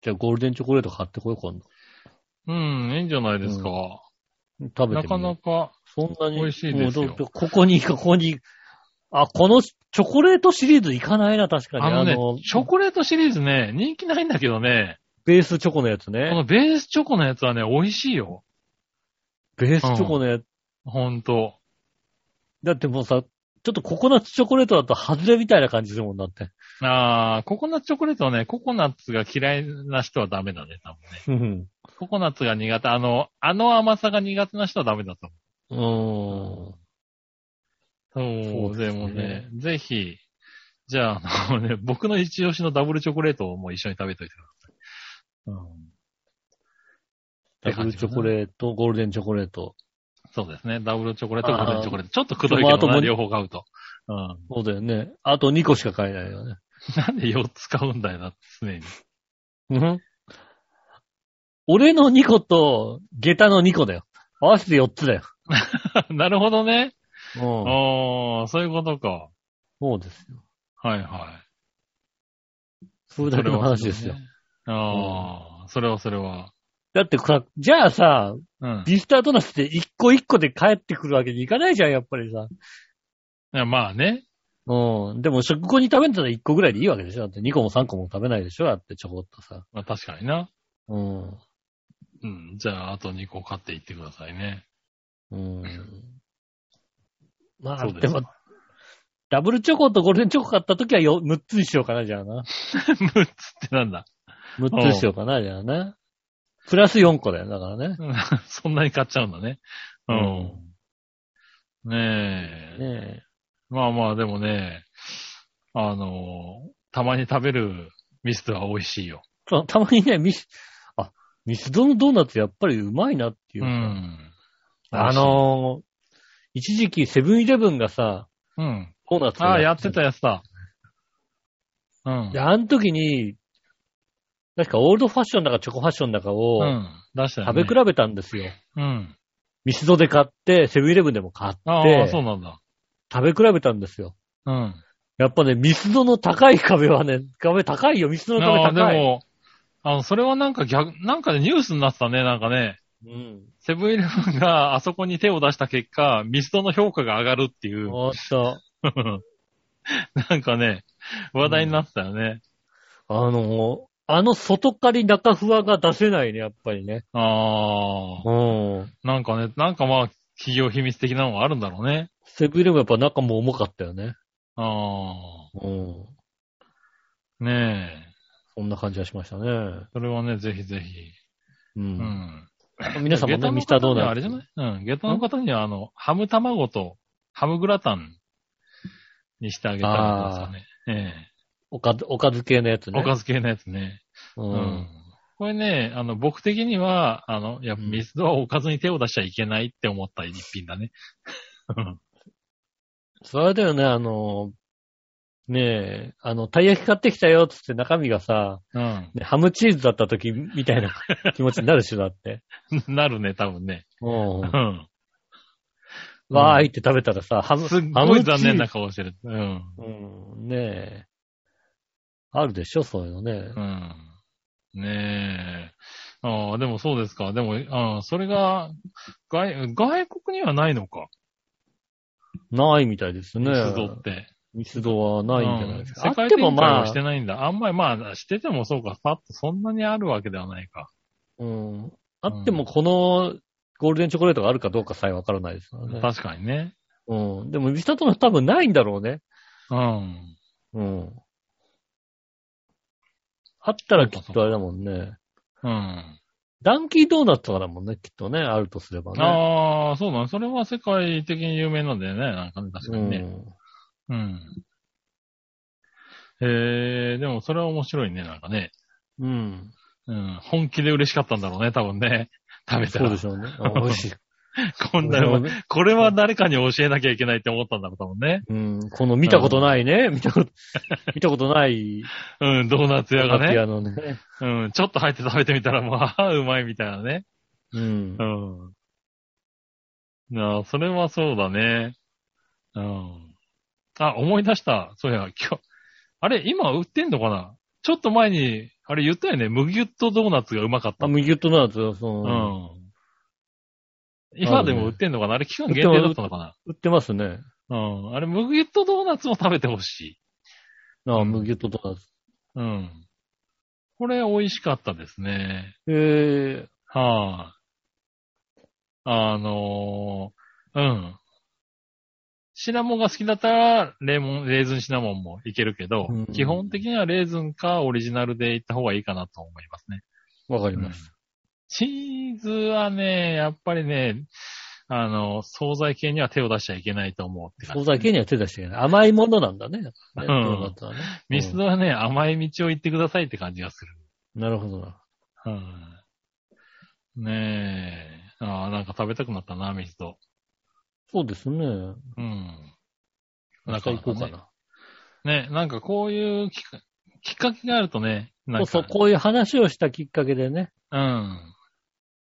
Speaker 2: じゃあゴールデンチョコレート買ってこよう、今度。
Speaker 3: うん、いいんじゃないですか。
Speaker 2: 食べ
Speaker 3: な
Speaker 2: てみ
Speaker 3: か
Speaker 2: よう
Speaker 3: なか、
Speaker 2: そんなに。
Speaker 3: 美味しいですよ
Speaker 2: もうどここに、ここに。あ、このチョコレートシリーズいかないな、確かに。
Speaker 3: あのね、チ
Speaker 2: チョ
Speaker 3: ョコレートシリーズね、人気ないんだけどね、
Speaker 2: ベースチョコのやつ
Speaker 3: こ
Speaker 2: ね。
Speaker 3: のベースチョコのやつはね、美味しいよ。
Speaker 2: ベースチョコのやつ。
Speaker 3: ほんと。
Speaker 2: だってもうさ、ちょっとココナッツチョコレートだと外れみたいな感じするもんだって。
Speaker 3: あー、ココナッツチョコレートはね、ココナッツが嫌いな人はダメだね、多分
Speaker 2: う
Speaker 3: ね。
Speaker 2: ん。
Speaker 3: ココナッツが苦手、あの、あの甘さが苦手な人はダメだと
Speaker 2: うーん。
Speaker 3: 思う。
Speaker 2: そうで
Speaker 3: です
Speaker 2: ね
Speaker 3: もね、ぜひ、じゃあ、あのね、 僕の一押しのダブルチョコレートをもう一緒に食べといてください。うん。
Speaker 2: ダブルチョコレート、ゴールデンチョコレート。
Speaker 3: そうですね。ダブルチョコレート、ゴールデンチョコレート。ちょっとくどい
Speaker 2: まあ
Speaker 3: け
Speaker 2: あと
Speaker 3: ど
Speaker 2: も
Speaker 3: な、
Speaker 2: う
Speaker 3: 両方買うと。うん。
Speaker 2: そうだよね。あと2個しか買えないよね。
Speaker 3: なんで4つ買うんだよな、常に。
Speaker 2: うん。俺の2個と、下駄の2個だよ。合わせて4つだよ。
Speaker 3: なるほどね。
Speaker 2: うん。
Speaker 3: ああ、そういうことか。
Speaker 2: そうですよ。
Speaker 3: はいはい。
Speaker 2: それだけの話ですよ。
Speaker 3: ああ、それはそれは。
Speaker 2: だってさ、じゃあさ、
Speaker 3: うん。
Speaker 2: ビスタードーナツって一個一個で帰ってくるわけにいかないじゃん、やっぱりさ。
Speaker 3: いやまあね。
Speaker 2: うん。でも食後に食べるんだったら一個ぐらいでいいわけでしょだって2個も3個も食べないでしょだってちょこっとさ。
Speaker 3: まあ確かにな。
Speaker 2: うん。
Speaker 3: うん。じゃあ、あと2個買っていってくださいね。
Speaker 2: うん。まあ、
Speaker 3: そう
Speaker 2: で
Speaker 3: です
Speaker 2: も、ダブルチョコとゴールデンチョコ買った時はよ6つにしようかな、じゃあな。
Speaker 3: 6つってなんだ。
Speaker 2: 6つにしようかな、じゃあな。プラス4個だよ、だからね。
Speaker 3: うんそんなに買っちゃうんだね。うん。ねえ。
Speaker 2: ね
Speaker 3: まあまあ、でもね、あのたまに食べるミストは美味しいよ。
Speaker 2: えそうたまにね、ミス、あ、ミスドのドーナツやっぱりうまいなっていう
Speaker 3: う
Speaker 2: か。
Speaker 3: ん。
Speaker 2: あのー、一時期セブンイレブンがさ、
Speaker 3: うん。
Speaker 2: ドーナツ
Speaker 3: ああ、やって
Speaker 2: た。
Speaker 3: たやつだ。うん
Speaker 2: で、。あの時に、確かオールドファッションだかチョコファッションだかを
Speaker 3: うん。出したよ
Speaker 2: 食
Speaker 3: ね
Speaker 2: べ比べたんですよ。
Speaker 3: うん。
Speaker 2: ミスドで買って、セブンイレブンでも買っ
Speaker 3: ああ、そ
Speaker 2: て、
Speaker 3: うなんだ。
Speaker 2: 食べ比べたんですよ。
Speaker 3: うん。
Speaker 2: やっぱね、ミスドの高い壁はね、壁高いよ、ミスドの
Speaker 3: ああ、
Speaker 2: 壁
Speaker 3: で
Speaker 2: 高い。
Speaker 3: も、あの、それはなんか逆、なんかでニュースになってたね、なんかね。
Speaker 2: うん。
Speaker 3: セブンイレブンがあそこに手を出した結果、ミスドの評価が上がるっていう、
Speaker 2: あった。
Speaker 3: なんかね、話題になってたよね。
Speaker 2: あの、あの外刈り中ふわが出せないね、やっぱりね。
Speaker 3: ああ、
Speaker 2: うん。
Speaker 3: なんかね、なんかまあ、企業秘密的なのがあるんだろうね。
Speaker 2: セブンイレブンやっぱ中も重かったよね。
Speaker 3: あ
Speaker 2: うん。
Speaker 3: あ、ねえ。
Speaker 2: そんな感じがしましたね。
Speaker 3: それはね、ぜひぜひ。
Speaker 2: う。
Speaker 3: うんん。
Speaker 2: 皆さんもね、ミスタードーナツ。
Speaker 3: あれじゃないうん。ゲタの方には、あの、ハム卵とハムグラタンにしてあげたらどうですかね。え
Speaker 2: おかず、おかず系のやつ
Speaker 3: え
Speaker 2: ね。
Speaker 3: おかず系のやつね。
Speaker 2: う
Speaker 3: うんん。これね、あの、僕的には、あの、いや、
Speaker 2: うん
Speaker 3: ミスドはおかずに手を出しちゃいけないって思った一品だね。
Speaker 2: それだよね、あの、ねえ、あの、たい焼き買ってきたよ、つって中身がさ、
Speaker 3: うん。
Speaker 2: ねハムチーズだった時みたいな気持ちになるでしょ、だって。
Speaker 3: なるね、多分ね。
Speaker 2: う。
Speaker 3: うんん。
Speaker 2: わーいって食べたらさ、ハム、
Speaker 3: すっ
Speaker 2: ハ
Speaker 3: ご
Speaker 2: ム
Speaker 3: い
Speaker 2: チー
Speaker 3: 残
Speaker 2: ズ
Speaker 3: 念な顔してる。うん。
Speaker 2: うん、ねえ。あるでしょ、そういうのね
Speaker 3: う。ん。ねえ。ああ、でもそうですか。でも、ああ、それが、外、外国にはないのか。
Speaker 2: ないみたいですね。
Speaker 3: ミスドって。
Speaker 2: ミスドはないんじゃないですか。
Speaker 3: うん世
Speaker 2: あっ
Speaker 3: 界
Speaker 2: て
Speaker 3: 展
Speaker 2: も
Speaker 3: 開
Speaker 2: ま
Speaker 3: は
Speaker 2: あ
Speaker 3: して、ないんだ。あんまり、まあ、しててもそうか、パッとそんなにあるわけではないか。
Speaker 2: うん。あってもこのゴールデンチョコレートがあるかどうかさえわからないですからね。
Speaker 3: 確かにね。
Speaker 2: うん。でもミスタードーナツ多分ないんだろうね。
Speaker 3: うん。
Speaker 2: うん。あったらきっとあれだもんね。
Speaker 3: うん。
Speaker 2: ダンキードーナツとかだもんね、きっとね、あるとすればね。
Speaker 3: ああ、そうだね。それは世界的に有名なんだよね。なんかね、確かにね。うん。えー、でもそれは面白いね、なんかね。
Speaker 2: うん。うん。
Speaker 3: うん。本気で嬉しかったんだろうね、多分ね。食べた
Speaker 2: そう
Speaker 3: ら。
Speaker 2: でしょうね。あ美味 しい。
Speaker 3: こんな
Speaker 2: これは
Speaker 3: の、
Speaker 2: ね
Speaker 3: これは誰かに教えなきゃいけないって思ったんだろう、多分ね。
Speaker 2: うん。この見たことないね。見たこと、 見たことない。
Speaker 3: うん、ドーナツ屋がね。
Speaker 2: 屋のね。
Speaker 3: うん、ちょっと入って食べてみたら、まあ、うまいみたいなね。
Speaker 2: うん
Speaker 3: う。ん。なあ、それはそうだね。うん。あ、思い出した。そうや、今日。あれ、今売ってんのかなちょっと前に、あれ言ったよね。ムギュッとドーナツがうまかった。
Speaker 2: あ、
Speaker 3: うん。
Speaker 2: 麦とドーナツはその、
Speaker 3: 今でも売ってんのかなあれ期間限定だったのかな
Speaker 2: 売ってますね。
Speaker 3: うん。あれ、ムギュッとドーナツも食べてほしい。
Speaker 2: ああ、
Speaker 3: うん
Speaker 2: 麦とドーナツ。
Speaker 3: うん。これ美味しかったですね。
Speaker 2: へえ。
Speaker 3: はい、あ。のーうん。シナモンが好きだったら、レモン、レーズンシナモンもいけるけど、
Speaker 2: うん
Speaker 3: 基本的にはレーズンかオリジナルでいった方がいいかなと思いますね。
Speaker 2: わかります。
Speaker 3: チーズはね、やっぱりね、あの、惣菜系には手を出しちゃいけないと思うって感
Speaker 2: 惣
Speaker 3: じ。
Speaker 2: 菜系には手出していけない。甘いものなんだね。
Speaker 3: うん
Speaker 2: ドーナツはね
Speaker 3: ミスドはね、甘い道を行ってくださいって感じがする。
Speaker 2: なるほどな。
Speaker 3: うん、ねえ。ああ、なんか食べたくなったな、ミスド。
Speaker 2: そうですね。
Speaker 3: うん。
Speaker 2: 明日行こうか
Speaker 3: なかなかね
Speaker 2: な。
Speaker 3: ね、なんかこういうきっかきっかけがあるとね、なんか、
Speaker 2: そうそう、こういう話をしたきっかけでね、
Speaker 3: うん。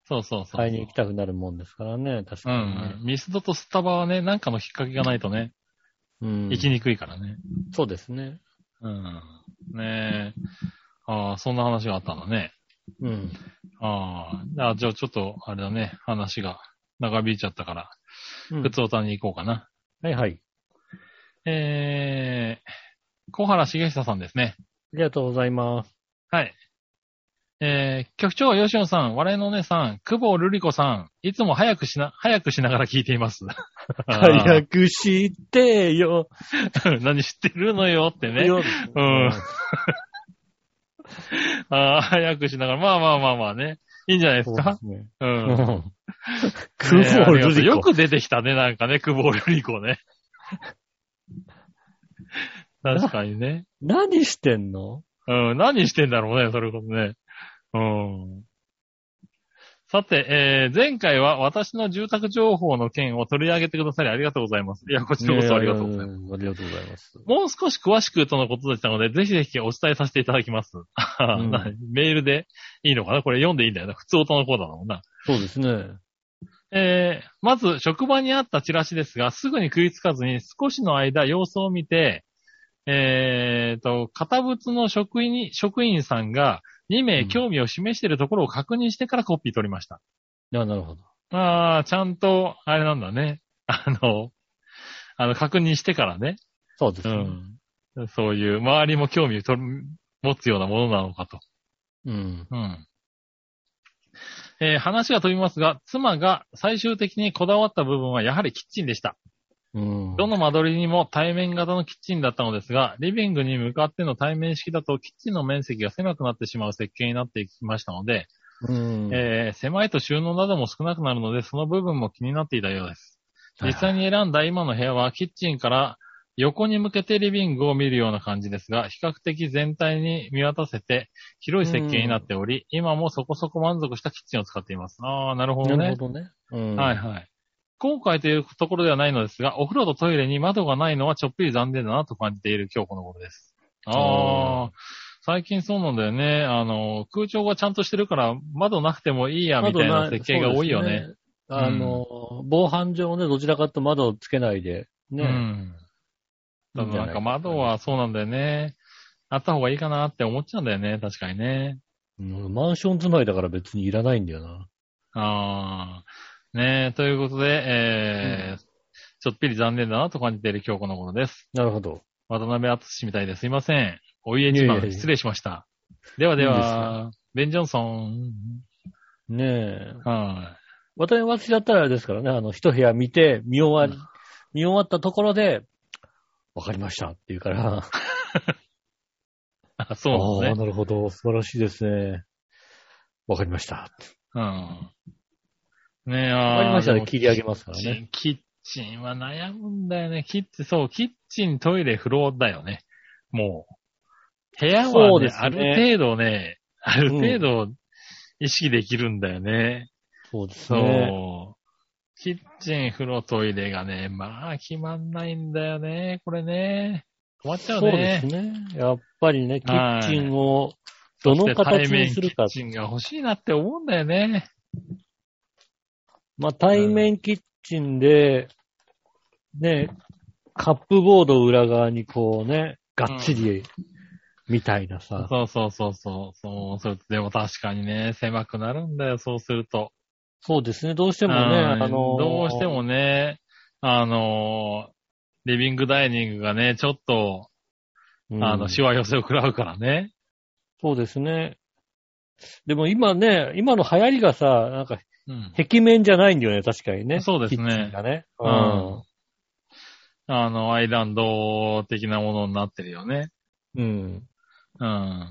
Speaker 3: そうそうそう。
Speaker 2: 買いに行きたくなるもんですからね、確
Speaker 3: う
Speaker 2: かにね
Speaker 3: ん。。ミスドとスタバはね、なんかのきっかけがないとね、
Speaker 2: うん
Speaker 3: 行きにくいからね。
Speaker 2: そうですね。
Speaker 3: うん。ねえ。ああ、そんな話があったんだね。
Speaker 2: うん。
Speaker 3: ああ、あじゃあちょっと、あれだね、話が長引いちゃったから、
Speaker 2: うん
Speaker 3: 普通おたに行こうかな。
Speaker 2: はいはい。
Speaker 3: えー、小原茂久さんですね。
Speaker 2: ありがとうございます。
Speaker 3: はい。えー、局長、吉野さん、笑いのお姉さん、久保瑠璃子さん、いつも早くしな、早くしながら聞いています。
Speaker 2: 早くしてよ。
Speaker 3: 何知ってるのよってね。
Speaker 2: よ
Speaker 3: うんあー早くしながら。まあまあまあまあね。いいんじゃないです
Speaker 2: そう
Speaker 3: か
Speaker 2: ですね。う
Speaker 3: う。
Speaker 2: ん
Speaker 3: ね
Speaker 2: ん。クーポ
Speaker 3: あ
Speaker 2: ン
Speaker 3: りがとうよ
Speaker 2: よく。
Speaker 3: く出てきたね、なんかね、久保瑠璃 子ね。確かにね。
Speaker 2: 何してんの
Speaker 3: うん、何してんだろうね、それこそね。うん。さて、えー、前回は私の住宅情報の件を取り上げてくださりありがとうございます。いや、こちらこそありがとうございます。
Speaker 2: ます。ありがとうございます。
Speaker 3: もう少し詳しくとのことでしたので、ぜひぜひお伝えさせていただき ます。
Speaker 2: ん
Speaker 3: メールでいいのかなこれ読んでいいんだよな。普通音のコーナーだもんな。
Speaker 2: そうですね。
Speaker 3: えー、まず、職場にあったチラシですが、すぐに食いつかずに少しの間様子を見て、えーと、堅物の職員に、職員さんが2
Speaker 2: う
Speaker 3: 名
Speaker 2: ん
Speaker 3: 興味を示しているところを確認してからコピー取りました。
Speaker 2: あ、なるほど。
Speaker 3: ああ、ちゃんと、あれなんだね。あの、あの、確認してからね。
Speaker 2: そうです
Speaker 3: う
Speaker 2: ね。
Speaker 3: ん。そういう、周りも興味をとる持つようなものなのかと。
Speaker 2: うん。
Speaker 3: うん。えー話が飛びますが、妻が最終的にこだわった部分はやはりキッチンでした。
Speaker 2: うん。
Speaker 3: どの間取りにも対面型のキッチンだったのですが、リビングに向かっての対面式だとキッチンの面積が狭くなってしまう設計になっていきましたので、
Speaker 2: うん。
Speaker 3: えー狭いと収納なども少なくなるので、その部分も気になっていたようです。
Speaker 2: はいはい
Speaker 3: 実際に選んだ今の部屋は、キッチンから横に向けてリビングを見るような感じですが、比較的全体に見渡せて、広い設計になっており、今もそこそこ満足したキッチンを使っています。ああ、なるほど
Speaker 2: なる
Speaker 3: ね。
Speaker 2: ほどね。うん。
Speaker 3: はいはい。今回というところではないのですが、お風呂とトイレに窓がないのはちょっぴり残念だなと感じている今日この頃です。ああ、最近そうなんだよね。あの、空調がちゃんとしてるから窓なくてもいいやみたいな設計が多いよね。
Speaker 2: 窓ない。そうですあの、防犯上ね、どちらかと窓をつけないで、
Speaker 3: う
Speaker 2: ね。
Speaker 3: ん。
Speaker 2: いい
Speaker 3: 多
Speaker 2: んじ
Speaker 3: 分
Speaker 2: ゃ
Speaker 3: ないんか窓はそうなんだよね。あった方がいいかなって思っちゃうんだよね。確かにね。
Speaker 2: うんマンション住まいだから別にいらないんだよな。
Speaker 3: ああ。ねえ、ということで、えーちょっぴり残念だなと感じている今日この頃です。
Speaker 2: なるほど。
Speaker 3: 渡辺厚みたいですいません。お家一
Speaker 2: いやいやい
Speaker 3: 番
Speaker 2: や
Speaker 3: 失礼しました。ではで
Speaker 2: いいんです
Speaker 3: は、ベン・ジョンソン。
Speaker 2: ねえ。
Speaker 3: は
Speaker 2: 私、私だったらあれですからね、あの、一部屋見て、見終わり、見終わったところで、わかりましたって言うから、
Speaker 3: い。あ そう
Speaker 2: あ
Speaker 3: な
Speaker 2: あ、
Speaker 3: んですね。
Speaker 2: なるほど、素晴らしいですね。わかりました。
Speaker 3: うん。ねえ、あ
Speaker 2: わかりました
Speaker 3: で
Speaker 2: ね、
Speaker 3: も
Speaker 2: 切り上げますからね。
Speaker 3: キッチン、キッチンは悩むんだよね。キッチン、そう、キッチン、トイレ、風呂だよね。もう。部屋
Speaker 2: そ
Speaker 3: は、
Speaker 2: う
Speaker 3: ね
Speaker 2: ですね
Speaker 3: ある程度ね、ある程度意識できるんだよね。
Speaker 2: そうです
Speaker 3: そう。
Speaker 2: ね。
Speaker 3: キッチン、風呂、トイレがね、まあ、決まんないんだよね、これね。困っちゃう
Speaker 2: で
Speaker 3: ね。
Speaker 2: すね。やっぱりね、キッチンをどの形にするか
Speaker 3: そ。して対面キッチンが欲しいなって思うんだよね。
Speaker 2: まあ、対面キッチンで、ね、カップボード裏側にこうね、がっちり、みたいなさ。
Speaker 3: そうそうそうそう。そうするとでも確かにね、狭くなるんだよ、そうすると。
Speaker 2: そうですね、どうして
Speaker 3: で
Speaker 2: もね、あのー
Speaker 3: どうしてもね、あのーリビングダイニングがね、ちょっと、
Speaker 2: うん
Speaker 3: あの、しわ寄せを食らうからね。
Speaker 2: そうですね。でも今ね、今の流行りがさ、なんか、
Speaker 3: うん。
Speaker 2: 壁面じゃないんだよね、確かにね。
Speaker 3: そうですね
Speaker 2: キッチンがね。う
Speaker 3: うん
Speaker 2: ん。
Speaker 3: あの、アイランド的なものになってるよね。
Speaker 2: うん。
Speaker 3: うん。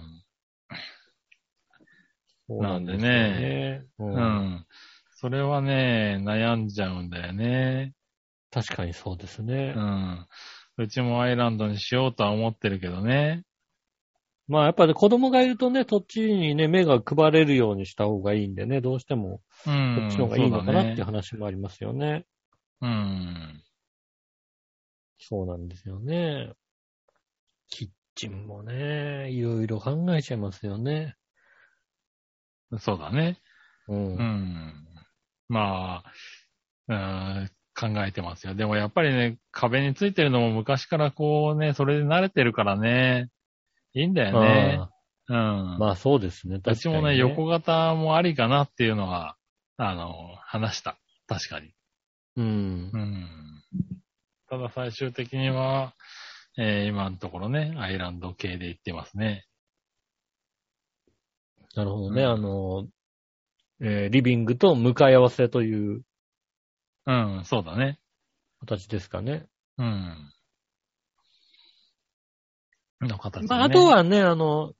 Speaker 2: そう
Speaker 3: なんでね
Speaker 2: ですよね。う。
Speaker 3: うんん。それはね、悩んじゃうんだよね。
Speaker 2: 確かにそうですね
Speaker 3: う。ん。うちもアイランドにしようとは思ってるけどね。
Speaker 2: まあやっぱり子供がいるとね、土地にね、目が配れるようにした方がいいんでね、どうしても、
Speaker 3: う
Speaker 2: こ
Speaker 3: ん。
Speaker 2: っちの方がいいのかなって
Speaker 3: そう
Speaker 2: い
Speaker 3: だ
Speaker 2: う
Speaker 3: ね
Speaker 2: 話もありますよね。
Speaker 3: うん。
Speaker 2: そうなんですよね。キッチンもね、いろいろ考えちゃいますよね。
Speaker 3: そうだね。
Speaker 2: うん。
Speaker 3: うん。まあ、うん、考えてますよ。でもやっぱりね、壁についてるのも昔からこうね、それで慣れてるからね。いいんだよね
Speaker 2: あ。
Speaker 3: うん。
Speaker 2: あまあそうですね。
Speaker 3: う
Speaker 2: 確
Speaker 3: ち
Speaker 2: かに、
Speaker 3: もね、横型もありかなっていうのは、あの、話した。確かに。
Speaker 2: うん
Speaker 3: う。んただ最終的には、えー今のところね、アイランド系で行ってますね。
Speaker 2: なるほどね。
Speaker 3: うん
Speaker 2: あの、えーリビングと向かい合わせという
Speaker 3: うん、そうだね。
Speaker 2: 形ですかね。
Speaker 3: うん。の形、ね。
Speaker 2: まあ、あと、はね、あの、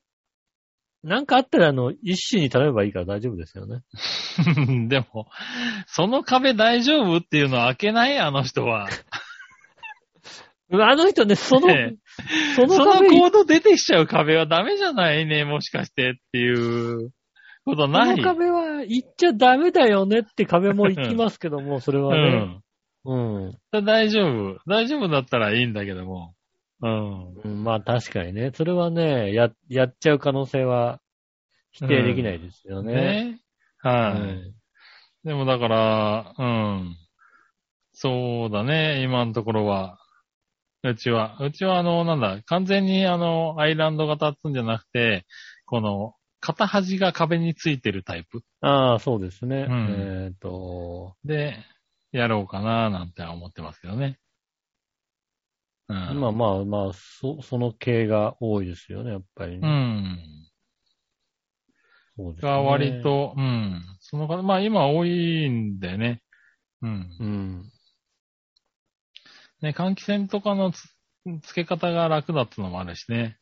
Speaker 2: なんかあったら、あの、一種に頼ればいいから大丈夫ですよね。
Speaker 3: でも、その壁大丈夫っていうのは開けないあの人は。
Speaker 2: あの人ね、その、
Speaker 3: え
Speaker 2: そ
Speaker 3: そ
Speaker 2: の
Speaker 3: の
Speaker 2: 壁に
Speaker 3: コード出てきちゃう壁はダメじゃないね、もしかしてっていうことない。
Speaker 2: その壁は行っちゃダメだよねって壁も行きますけども、それは
Speaker 3: う
Speaker 2: ね。
Speaker 3: ん。
Speaker 2: うん、
Speaker 3: 大丈夫。大丈夫だったらいいんだけども。うん。
Speaker 2: うんまあ確かにね、それはね、や、やっちゃう可能性は否定できないですよね。
Speaker 3: ね。はい、
Speaker 2: うん
Speaker 3: でもだから、うん。そうだね、今のところは。うちは、うちはあの、なんだ、完全にあの、アイランド型っつうんじゃなくて、この、片端が壁についてるタイプ
Speaker 2: ああ、そうですね。
Speaker 3: うん
Speaker 2: えっ、と、
Speaker 3: で、やろうかななんて思ってますけどね。うん。
Speaker 2: まあまあまあ、そ、その系が多いですよね、やっぱり
Speaker 3: う
Speaker 2: ね。
Speaker 3: ん。
Speaker 2: そうですね
Speaker 3: が割。と、うん。その方、まあ今多いんだよね。うん。
Speaker 2: うん。
Speaker 3: ね、換気扇とかのつ付け方が楽だってのもあるしね。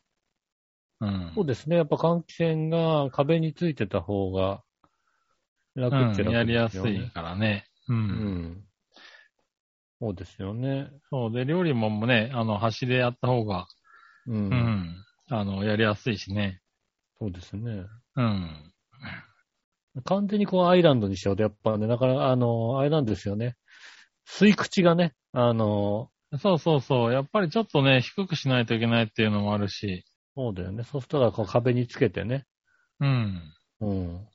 Speaker 3: うん。
Speaker 2: そうですね。やっぱ換気扇が壁についてた方が楽っちゃ楽ですよね
Speaker 3: うん、やりやすいからね。う。
Speaker 2: うんん。そうですよね。
Speaker 3: そうで、料理ももね、あの、端でやった方が、
Speaker 2: う。
Speaker 3: うんん。あの、やりやすいしね。
Speaker 2: そうですね。
Speaker 3: うん。
Speaker 2: 完全にこうアイランドにしちゃうと、やっぱね、だから、あの、あれなんですよね。吸い口がね、あの、
Speaker 3: そうそうそう。やっぱりちょっとね、低くしないといけないっていうのもあるし、
Speaker 2: そうだよね。そうしたらこう壁につけてね。
Speaker 3: うん。
Speaker 2: うん。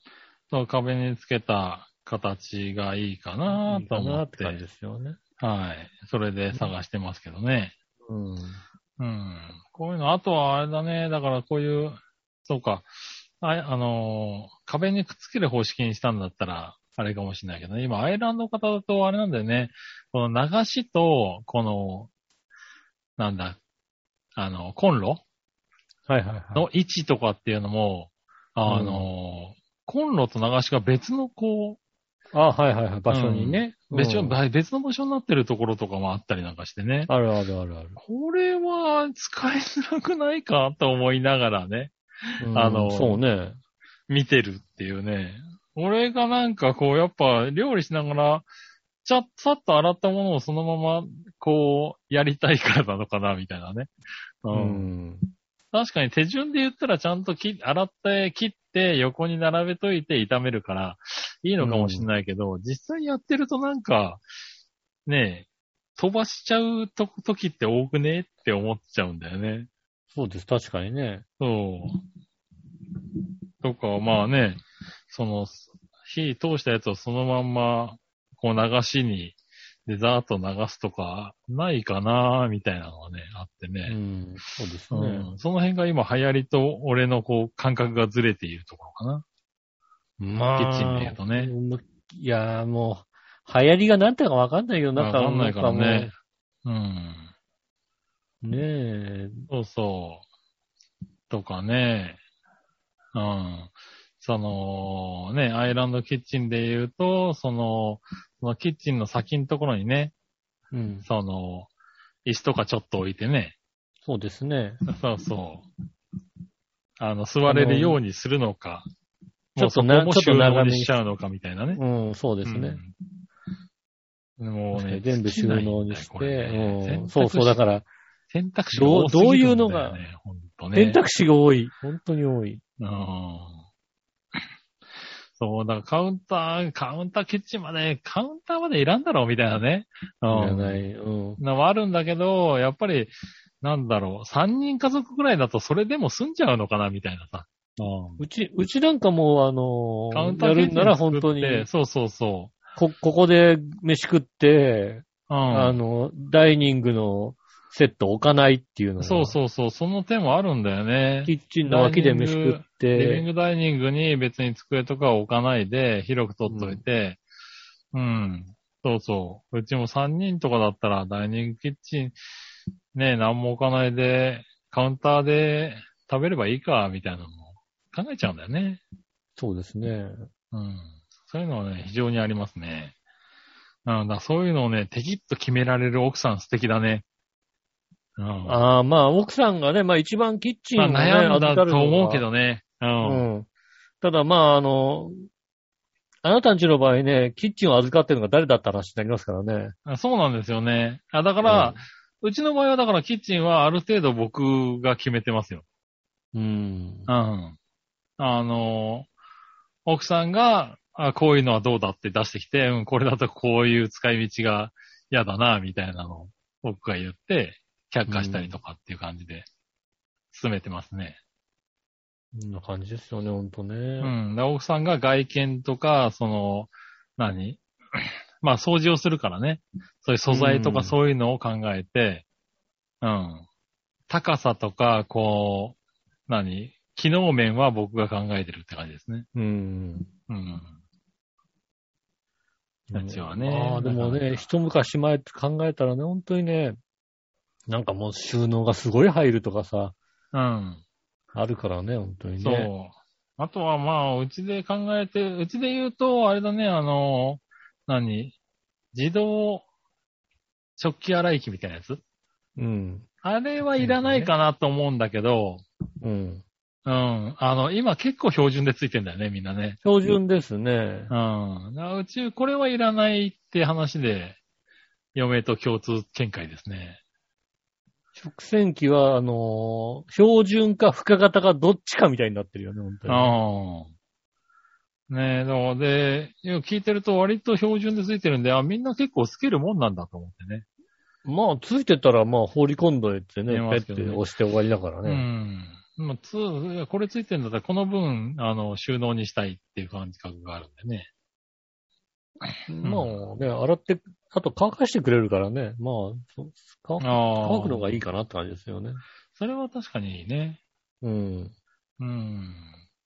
Speaker 3: そう、壁につけた形がいいかなと思
Speaker 2: いいか
Speaker 3: って、
Speaker 2: なって感じですよね。
Speaker 3: はい。それで探してますけどね。
Speaker 2: うん。
Speaker 3: うん。こういうの、あとはあれだね、だからこういう、そうか、ああのー壁にくっつける方式にしたんだったら、あれかもしれないけどね。今、アイランド型だとあれなんだよね。この流しと、この、なんだ、あの、コンロ
Speaker 2: はいはいはい。
Speaker 3: の位置とかっていうのも、あの、コンロと流しが別のこ
Speaker 2: あ、はいはいはい。場所にね。
Speaker 3: う、別
Speaker 2: う
Speaker 3: の
Speaker 2: ん
Speaker 3: 別の場所になってるところとかもあったりなんかしてね。
Speaker 2: あるあるあるある。
Speaker 3: これは使いづらくないかと思いながらね、
Speaker 2: うん
Speaker 3: あの
Speaker 2: そうね。
Speaker 3: 見てるっていうね。俺がなんかこう、やっぱ料理しながら、ちゃっさっと洗ったものをそのまま、こう、やりたいからなのかな、みたいなね。う
Speaker 2: うんん。
Speaker 3: 確かに手順で言ったらちゃんとき洗って切って横に並べといて炒めるからいいのかもしれないけど、実際やってるとなんか、ねえ、飛ばしちゃうと時って多くねって思っちゃうんだよね。
Speaker 2: そうです。確かにね。
Speaker 3: そう。とか、まあね、その、火通したやつをそのまんま、こう流しに、デザート流すとか、ないかなみたいなのがね、あってね。
Speaker 2: うん。そうですね。
Speaker 3: うんその辺が今流行りと俺のこう感覚がずれているところかな。
Speaker 2: ま
Speaker 3: キッチンで言うとね
Speaker 2: うんいやーもう、流行りが何ていうのかわかんないけど、なんか、
Speaker 3: わかんないからね
Speaker 2: んか
Speaker 3: うん。
Speaker 2: もう。ねえ。
Speaker 3: そうそう。とかね。うん。その、ね、アイランドキッチンで言うと、その、そのキッチンの先のところにね、
Speaker 2: うん。
Speaker 3: その、椅子とかちょっと置いてね。
Speaker 2: そうですね。
Speaker 3: そうそう。あの、座れるようにするのか、
Speaker 2: あの
Speaker 3: もうそ
Speaker 2: ちょ
Speaker 3: こ
Speaker 2: っとな
Speaker 3: も
Speaker 2: ちょっ
Speaker 3: 収
Speaker 2: と長
Speaker 3: 納
Speaker 2: め
Speaker 3: に
Speaker 2: に
Speaker 3: しちゃうのかみたいなね。
Speaker 2: うん、そうですね。
Speaker 3: うん。もうね、
Speaker 2: 全部収納にして、
Speaker 3: これね
Speaker 2: うん、そうそう、だから、
Speaker 3: 選択肢が多す
Speaker 2: どう
Speaker 3: ぎるんだよね
Speaker 2: どういうのが、
Speaker 3: ほんとね。
Speaker 2: 選択肢が多い。本当に多い。
Speaker 3: うんそう、だからカウンター、カウンターキッチンまで、カウンターまでいらんだろうみたいなね。う
Speaker 2: いら
Speaker 3: ん。
Speaker 2: ない。うん。
Speaker 3: のはあるんだけど、やっぱり、なんだろう、3人家族ぐらいだとそれでも済んじゃうのかなみたいなさ。うん。
Speaker 2: うち、うちなんかもう、
Speaker 3: カ
Speaker 2: あ
Speaker 3: ウ
Speaker 2: の
Speaker 3: ンタ
Speaker 2: や
Speaker 3: ーキッ
Speaker 2: る
Speaker 3: チ
Speaker 2: ん
Speaker 3: ン
Speaker 2: なら
Speaker 3: 作
Speaker 2: 本
Speaker 3: っ
Speaker 2: 当
Speaker 3: て
Speaker 2: に、
Speaker 3: そうそうそ
Speaker 2: こ、ここで飯食って、
Speaker 3: う。う
Speaker 2: あ
Speaker 3: ん。
Speaker 2: の、ダイニングのセット置かないっていうのが
Speaker 3: そうそうそう、その手もあるんだよね。
Speaker 2: キッチンの脇で飯食っ
Speaker 3: リビン
Speaker 2: て、
Speaker 3: グダイニングに別に机とか置かないで、広く取っといて、うん、そうそう。うちも3人とかだったら、ダイニングキッチン、ね、何も置かないで、カウンターで食べればいいか、みたいなのも考えちゃうんだよね。
Speaker 2: そうですね。
Speaker 3: うん。そういうのはね、非常にありますね。なんだ、そういうのをね、テキッと決められる奥さん素敵だね。うん。
Speaker 2: ああ、まあ、奥さんがね、まあ一番キッチン
Speaker 3: ま
Speaker 2: を
Speaker 3: あ
Speaker 2: ね、
Speaker 3: 悩んだ
Speaker 2: 預かる
Speaker 3: と
Speaker 2: のが
Speaker 3: 思うけどね。
Speaker 2: うん。ただ、まあ、あの、あなたんちの場合ね、キッチンを預かってるのが誰だった話になりますからね。
Speaker 3: あそうなんですよね。あ、だか
Speaker 2: だ
Speaker 3: ら、、うちの場合はだからキッチンはある程度僕が決めてますよ。
Speaker 2: うん。
Speaker 3: うん。あの、奥さんが、あこういうのはどうだって出してきて、うん、これだとこういう使い道が嫌だな、みたいなのを僕が言って、却下したりとかっていう感じで、進めてますね。
Speaker 2: こんな感じですよね、ほんとね。
Speaker 3: うん。で奥さんが外見とか、その、何 まあ、掃除をするからね。そういう素材と
Speaker 2: う
Speaker 3: か
Speaker 2: ん
Speaker 3: そういうのを考えて、うん。高さとか、こう、何機能面は僕が考えてるって感じですね。
Speaker 2: うん。
Speaker 3: うん。やつはね。
Speaker 2: ああ、でもね、一昔前って考えたらね、本当にね、なんかもう収納がすごい入るとかさ、
Speaker 3: うん。
Speaker 2: あるからね、本当にね。
Speaker 3: そう。あとはまあ、うちで考えて、うちで言うと、あれだね、あの、何自動食器洗い機みたいなやつ
Speaker 2: うん。
Speaker 3: あれはいらないかなと思うんだけど、
Speaker 2: うん。
Speaker 3: うん。あの、今結構標準でついてんだよね、みんなね。
Speaker 2: 標準ですね
Speaker 3: う。ん。だからうち、これはいらないって話で、嫁と共通見解ですね。
Speaker 2: 食洗機は、あのー標準か深型かどっちかみたいになってるよね、本当に。
Speaker 3: うん。ねえ、でも、で、いや聞いてると割と標準でついてるんで、あ、みんな結構つけるもんなんだと思ってね。
Speaker 2: まあ、ついてたら、まあ、放り込んどいてね、
Speaker 3: 見えます
Speaker 2: ペ
Speaker 3: け
Speaker 2: ッ
Speaker 3: どね
Speaker 2: て押して終わりだから
Speaker 3: う
Speaker 2: ね。
Speaker 3: ん。まあ、つ、いやこれついてるんだったら、この分、あの、収納にしたいっていう感覚があるんでね。
Speaker 2: まあね、洗って、あと乾かしてくれるからね、まあ、そ乾く
Speaker 3: あ
Speaker 2: 乾くのがいい
Speaker 3: か。
Speaker 2: かなって感じですよね。
Speaker 3: それは確かにいいね。
Speaker 2: うん。
Speaker 3: うん。っ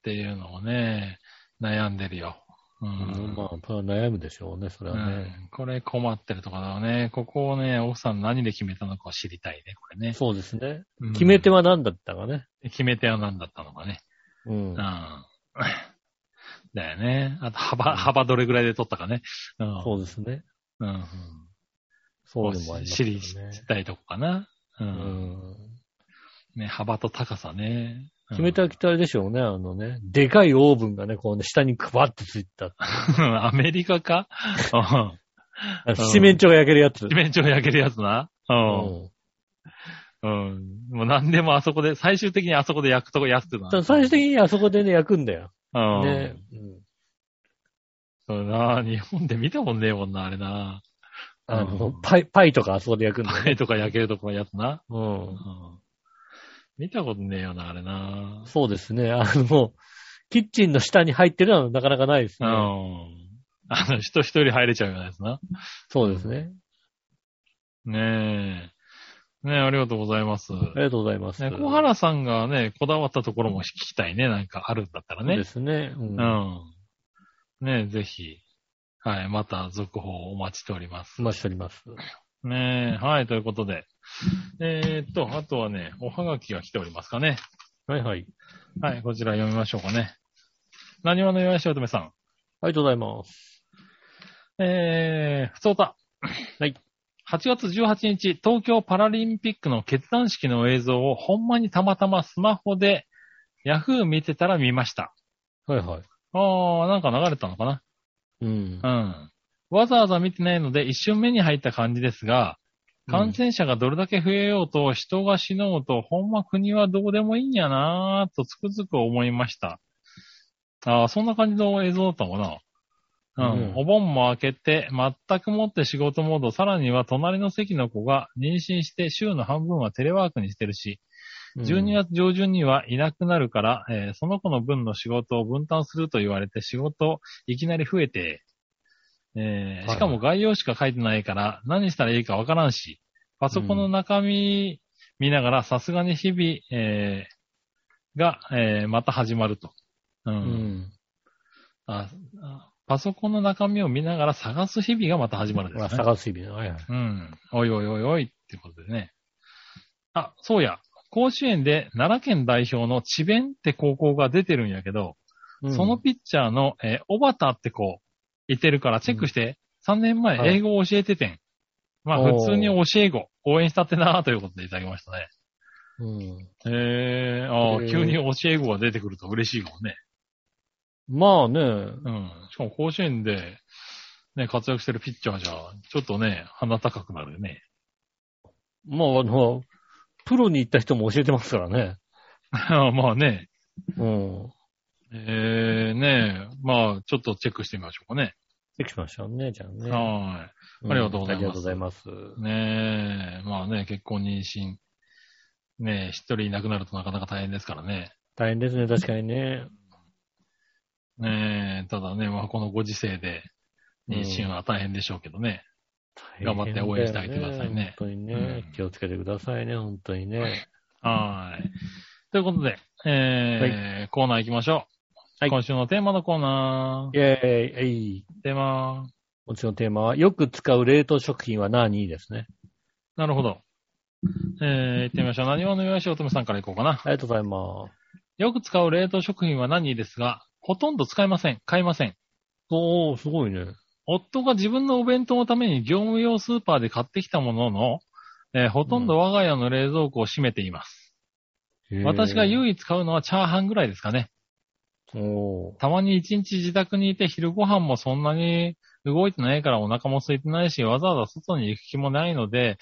Speaker 3: ていうのをね、悩んでるよ。うん。
Speaker 2: まあ、ただ悩むでしょうね、それはね。
Speaker 3: うんこれ困ってるとこだよね。ここをね、奥さん何で決めたのかを知りたいね、これね。
Speaker 2: そうですね。
Speaker 3: うん
Speaker 2: 決め手は何だったかね。
Speaker 3: 決め手は何だったのかね。
Speaker 2: うん
Speaker 3: うん。。 だよね。あと、幅、幅どれぐらいで取ったかね。うん。
Speaker 2: そうですね。
Speaker 3: うん。うん。
Speaker 2: そういうのもあります
Speaker 3: 知
Speaker 2: よね
Speaker 3: り、。知りたいとこかな。う。
Speaker 2: うんん。
Speaker 3: ね、幅と高さね。うん
Speaker 2: 決めたきっとあれでしょうね、あのね。でかいオーブンがね、こうね、下にくばってついた。
Speaker 3: アメリカか うん。
Speaker 2: あの七面鳥が焼けるやつ。
Speaker 3: 地面上焼けるやつな。うん。
Speaker 2: うん
Speaker 3: うん。もう何でもあそこで、最終的にあそこで焼くとこ焼くってな。
Speaker 2: ただ最終的にあそこでね、焼くんだよ。
Speaker 3: うん。
Speaker 2: ね。うん
Speaker 3: そうだな、日本で見たもんねえもんな、あれな。
Speaker 2: あの
Speaker 3: う、ん
Speaker 2: パイ、パイとかあそこで焼くんだよ
Speaker 3: パイとか焼けるとこのやつな。
Speaker 2: う。
Speaker 3: うんん。見たことねえよな、あれな。
Speaker 2: そうですね。あの、キッチンの下に入ってるのはなかなかないです
Speaker 3: う
Speaker 2: ね。
Speaker 3: ん。あの、人一人入れちゃうようなやつな。
Speaker 2: そうですね。
Speaker 3: ねえ。ねえ、ありがとうございます。
Speaker 2: ありがとうございます。
Speaker 3: ね、小原さんがね、こだわったところも聞きたいね。なんかあるんだったら
Speaker 2: そうで
Speaker 3: ね。
Speaker 2: すね。うん
Speaker 3: うん。ねえ、ぜひ。はい、また続報をお待ちしております。
Speaker 2: お待ちしております。
Speaker 3: ねえ、はい、ということで。えーっと、あとはね、おはがきが来ておりますかね。
Speaker 2: はいはい。
Speaker 3: はい、こちら読みましょうかね。何話の岩井しおとめさん。
Speaker 2: ありがとうございます。
Speaker 3: えー、ふつおた。
Speaker 2: はい。
Speaker 3: 8月18日、東京パラリンピックの決断式の映像をほんまにたまたまスマホで Yahoo 見てたら見ました。
Speaker 2: はいはい。
Speaker 3: あー、なんか流れたのかな
Speaker 2: うん
Speaker 3: う。ん。わざわざ見てないので一瞬目に入った感じですが、感染者がどれだけ増えようと、人が死のうと、ほんま国はどうでもいいんやなぁとつくづく思いました。ああ、そんな感じの映像だったのかな。うん。
Speaker 2: うん
Speaker 3: お盆も明けて、全くもって仕事モード、さらには隣の席の子が妊娠して週の半分はテレワークにしてるし、12月上旬にはいなくなるから、えーその子の分の仕事を分担すると言われて仕事いきなり増えて、えー
Speaker 2: はい
Speaker 3: しかも概要しか書いてないから何したらいいかわからんし、パソコンの中身見ながらさすがに日々、えーが、えーまた始まると、うん
Speaker 2: うん。
Speaker 3: ああパソコンの中身を見ながら探す日々がまた始まるんで
Speaker 2: まあ、
Speaker 3: すね。
Speaker 2: 探す意味ね。はいはい。
Speaker 3: うん。おいおいおいおいってことでね。あ、そうや。甲子園で奈良県代表の智弁って高校が出てるんやけど、
Speaker 2: うん
Speaker 3: その、ピッチャーの、えー、小畑って子、いてるからチェックして、3年前
Speaker 2: はい
Speaker 3: 英語を教えててん。まあ
Speaker 2: おー
Speaker 3: 普通に教え子、応援したってなということでいただきましたね。
Speaker 2: うん。
Speaker 3: へえー、あ
Speaker 2: へ
Speaker 3: ー
Speaker 2: ー
Speaker 3: 急に教え子が出てくると嬉しいかもね。
Speaker 2: まあね、
Speaker 3: うん。しかも甲子園で、ね、活躍してるピッチャーじゃ、ちょっとね、鼻高くなるよ ね。
Speaker 2: まああの、プロに行った人も教えてますからね。
Speaker 3: まあね。
Speaker 2: うん。
Speaker 3: えー、ねえ。まあ、ちょっとチェックしてみましょうかね。
Speaker 2: できましたね、じゃあね。
Speaker 3: は
Speaker 2: う
Speaker 3: ありがとうござ
Speaker 2: あ
Speaker 3: います
Speaker 2: りがとうございます。
Speaker 3: ーい。ねえ。まあね、結婚、妊娠。ねえ、一人いなくなるとなかなか大変ですからね。
Speaker 2: 大変ですね、確かにね。
Speaker 3: ねえ、ただね、まあこのご時世で、妊娠は大変でしょうけどね。頑張って応援してあげてくださいね
Speaker 2: 本当にね、
Speaker 3: うん
Speaker 2: 気をつけてくださいね、本当にね。
Speaker 3: はーい。ということで、えーコーナー行きましょう。
Speaker 2: はい
Speaker 3: 今週のテーマのコーナ
Speaker 2: イェーイ、えい。
Speaker 3: ー。テーマ。
Speaker 2: こっちのテーマは、よく使う冷凍食品は何ですね。
Speaker 3: なるほど。えー、行ってみましょう。何話のよしおとめさんから行こうかな。
Speaker 2: ありがとうございます。
Speaker 3: よく使う冷凍食品は何ですが、ほとんど使いません。買いません。
Speaker 2: おー、すごいね。
Speaker 3: 夫が自分のお弁当のために業務用スーパーで買ってきたものの、えーほとんど我が家の冷蔵庫を閉めています。私が
Speaker 2: う。
Speaker 3: 唯一買うのはチャーハンぐらいですかね。
Speaker 2: おー。
Speaker 3: たまに一日自宅にいて昼ご飯もそんなに動いてないからお腹も空いてないし、わざわざ外に行く気もないので、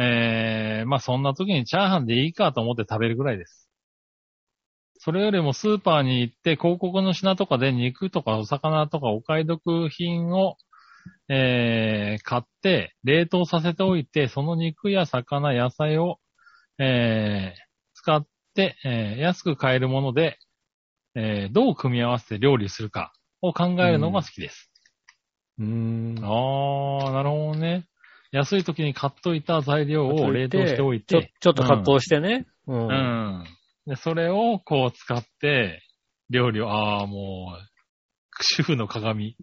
Speaker 3: えー、まあそんな時にチャーハンでいいかと思って食べるぐらいです。それよりもスーパーに行って広告の品とかで肉とかお魚とかお買い得品を、えー、買って冷凍させておいて、その肉や魚、野菜を、えー、使って、えー安く買えるもので、えーどう組み合わせて料理するかを考えるのが好きです。
Speaker 2: うーん。
Speaker 3: ああ、なるほどね。安い時に買っといた材料を冷凍しておい
Speaker 2: ちょ
Speaker 3: て、、
Speaker 2: ちょっと葛藤してね。うん。
Speaker 3: うん。で、それをこう使って、料理を、ああ、もう、主婦の鏡。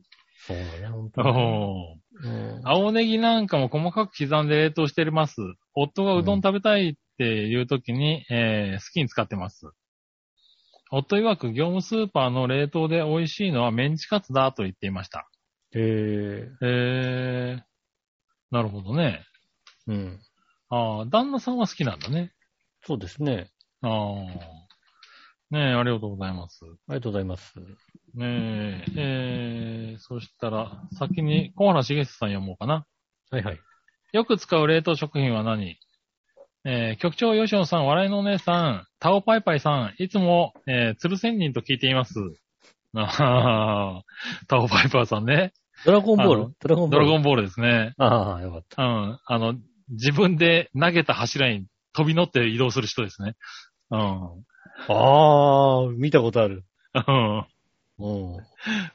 Speaker 2: そうだね、本当にね。
Speaker 3: おー
Speaker 2: うん
Speaker 3: 青ネギなんかも細かく刻んで冷凍してます。夫がうどん食べたいっていう時に、えー好きに使ってます。夫曰く業務スーパーの冷凍で美味しいのはメンチカツだと言っていました。
Speaker 2: え
Speaker 3: へー。なるほどね。
Speaker 2: ー。うん。
Speaker 3: ああ、旦那さんは好きなんだね。
Speaker 2: そうですね。
Speaker 3: ああ。ねえ、ありがとうございます。
Speaker 2: ありがとうございます。
Speaker 3: ねえ、えー、そしたら、先に小原茂さん読もうかな。
Speaker 2: はいはい。
Speaker 3: よく使う冷凍食品は何えー局長吉野さん、笑いのお姉さん、タオパイパイさん、いつも、えー、鶴仙人と聞いています。あータオパイパイさんね。
Speaker 2: ドラゴンボー
Speaker 3: あ
Speaker 2: ル
Speaker 3: の
Speaker 2: ドラゴンボ
Speaker 3: ド
Speaker 2: ー
Speaker 3: ラ
Speaker 2: ル。
Speaker 3: ゴンボールですね。
Speaker 2: ああ、よかった。
Speaker 3: うん。あの、自分で投げた柱に飛び乗って移動する人ですね。うん。
Speaker 2: ああ、見たことある。
Speaker 3: うん。
Speaker 2: うん。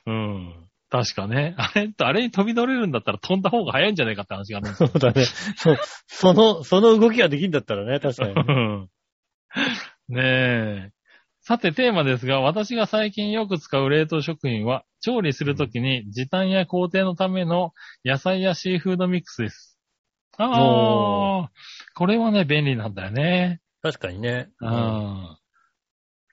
Speaker 3: うん。確かね。あれ、あれに飛び乗れるんだったら飛んだ方が早いんじゃないかって話があるん です
Speaker 2: そうだね。そ、その、その動きができんだったらね、確かに
Speaker 3: う
Speaker 2: ね。
Speaker 3: んねえ。さて、テーマですが、私が最近よく使う冷凍食品は、調理するときに時短や工程のための野菜やシーフードミックスです。ああ、これはね、便利なんだよね。
Speaker 2: 確かにね。
Speaker 3: うん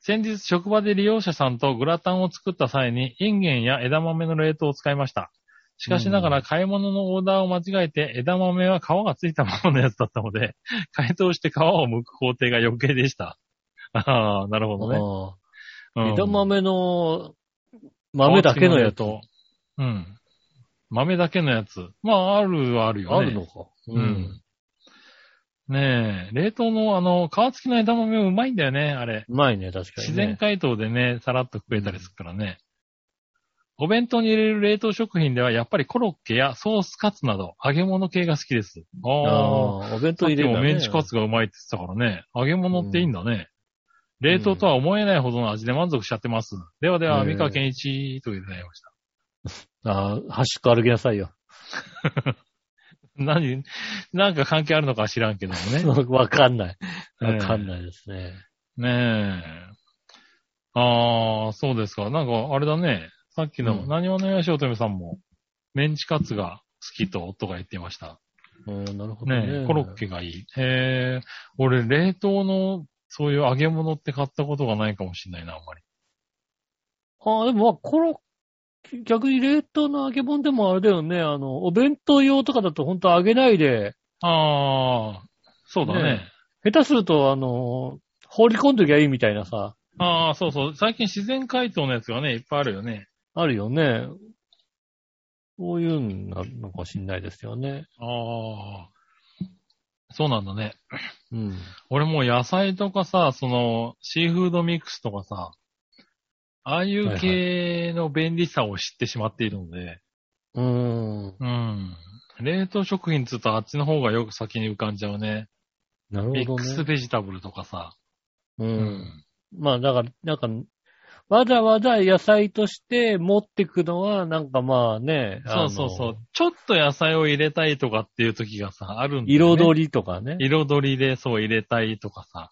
Speaker 3: 先日職場で利用者さんとグラタンを作った際に、インゲンや枝豆の冷凍を使いました。しかしなが
Speaker 2: う
Speaker 3: ら買い物のオーダーを間違えて、枝豆は皮がついたままのやつだったので、解凍して皮を剥く工程が余計でした。ああ、なるほどね。
Speaker 2: あ
Speaker 3: う
Speaker 2: あ
Speaker 3: ん
Speaker 2: 枝豆の、豆だけのやつ。
Speaker 3: 皮付きの冷凍うん。豆だけのやつ。まあ、あるはあるよね。
Speaker 2: あるのか。
Speaker 3: う。ん。ねえ、冷凍のあの、皮付きの枝豆うまいんだよね、あれ。
Speaker 2: うまいね、確かに
Speaker 3: 自
Speaker 2: ね。
Speaker 3: 然解凍でね、さらっと食えたりするからね。お弁当に入れる冷凍食品では、やっぱりコロッケやソースカツなど、揚げ物系が好きです。ああ。
Speaker 2: ああ、お弁
Speaker 3: さ
Speaker 2: 当
Speaker 3: っ
Speaker 2: 入
Speaker 3: き
Speaker 2: れるん
Speaker 3: も
Speaker 2: だね
Speaker 3: メンチカツがうまいって言ってたからね。揚げ物っていいんだね。冷凍とは思えないほどの味で満足しちゃってます。ではでは、
Speaker 2: へえ
Speaker 3: 三河健一といただきました。
Speaker 2: ああ、端っこ歩きなさいよ。
Speaker 3: 何、なんか関係あるのかは知らんけどもね。
Speaker 2: わかんない。
Speaker 3: え
Speaker 2: わかんないですね。
Speaker 3: ねえ。ああ、そうですか。なんか、あれだね。さっき
Speaker 2: う
Speaker 3: の、
Speaker 2: ん
Speaker 3: 何をのよしおとめさんも、メンチカツが好きと夫が言っていました。
Speaker 2: うん、なるほど
Speaker 3: ね
Speaker 2: ね。
Speaker 3: え、コロッ。ケがいい。へえ、俺、冷凍の、そういう揚げ物って買ったことがないかもしれないな、あんまり。
Speaker 2: ああ、でもまあ、コロッケ、逆に冷凍の揚げ物でもあれだよね。あの、お弁当用とかだと本当揚げないで、
Speaker 3: ああ、そうだね。
Speaker 2: ね下手すると、あの、放り込んどきゃいいみたいなさ、
Speaker 3: ああ、そうそう。最近自然解凍のやつがね、いっぱいあるよね。
Speaker 2: あるよね。そういうのなのかもしんないですよね。
Speaker 3: ああ、そうなんだね。
Speaker 2: うん。
Speaker 3: 俺もう野菜とかさ、その、シーフードミックスとかさ、ああいう系の便利さを知ってしまっているので、
Speaker 2: うーん。
Speaker 3: うん。冷凍食品っつうとあっちの方がよく先に浮かんじゃうね。
Speaker 2: なる
Speaker 3: ミ
Speaker 2: ほ
Speaker 3: ッ
Speaker 2: ど
Speaker 3: クス
Speaker 2: ね。
Speaker 3: ベジタブルとかさ。
Speaker 2: う。。
Speaker 3: うん
Speaker 2: まあ、だから、なんか、わざわざ野菜として持ってくのは、なんかまあね、あ
Speaker 3: そ
Speaker 2: の
Speaker 3: うそうそう。。ちょっと野菜を入れたいとかっていう時がさ、あるんだよね。
Speaker 2: 彩りとかね。
Speaker 3: 彩りでそう入れたいとかさ、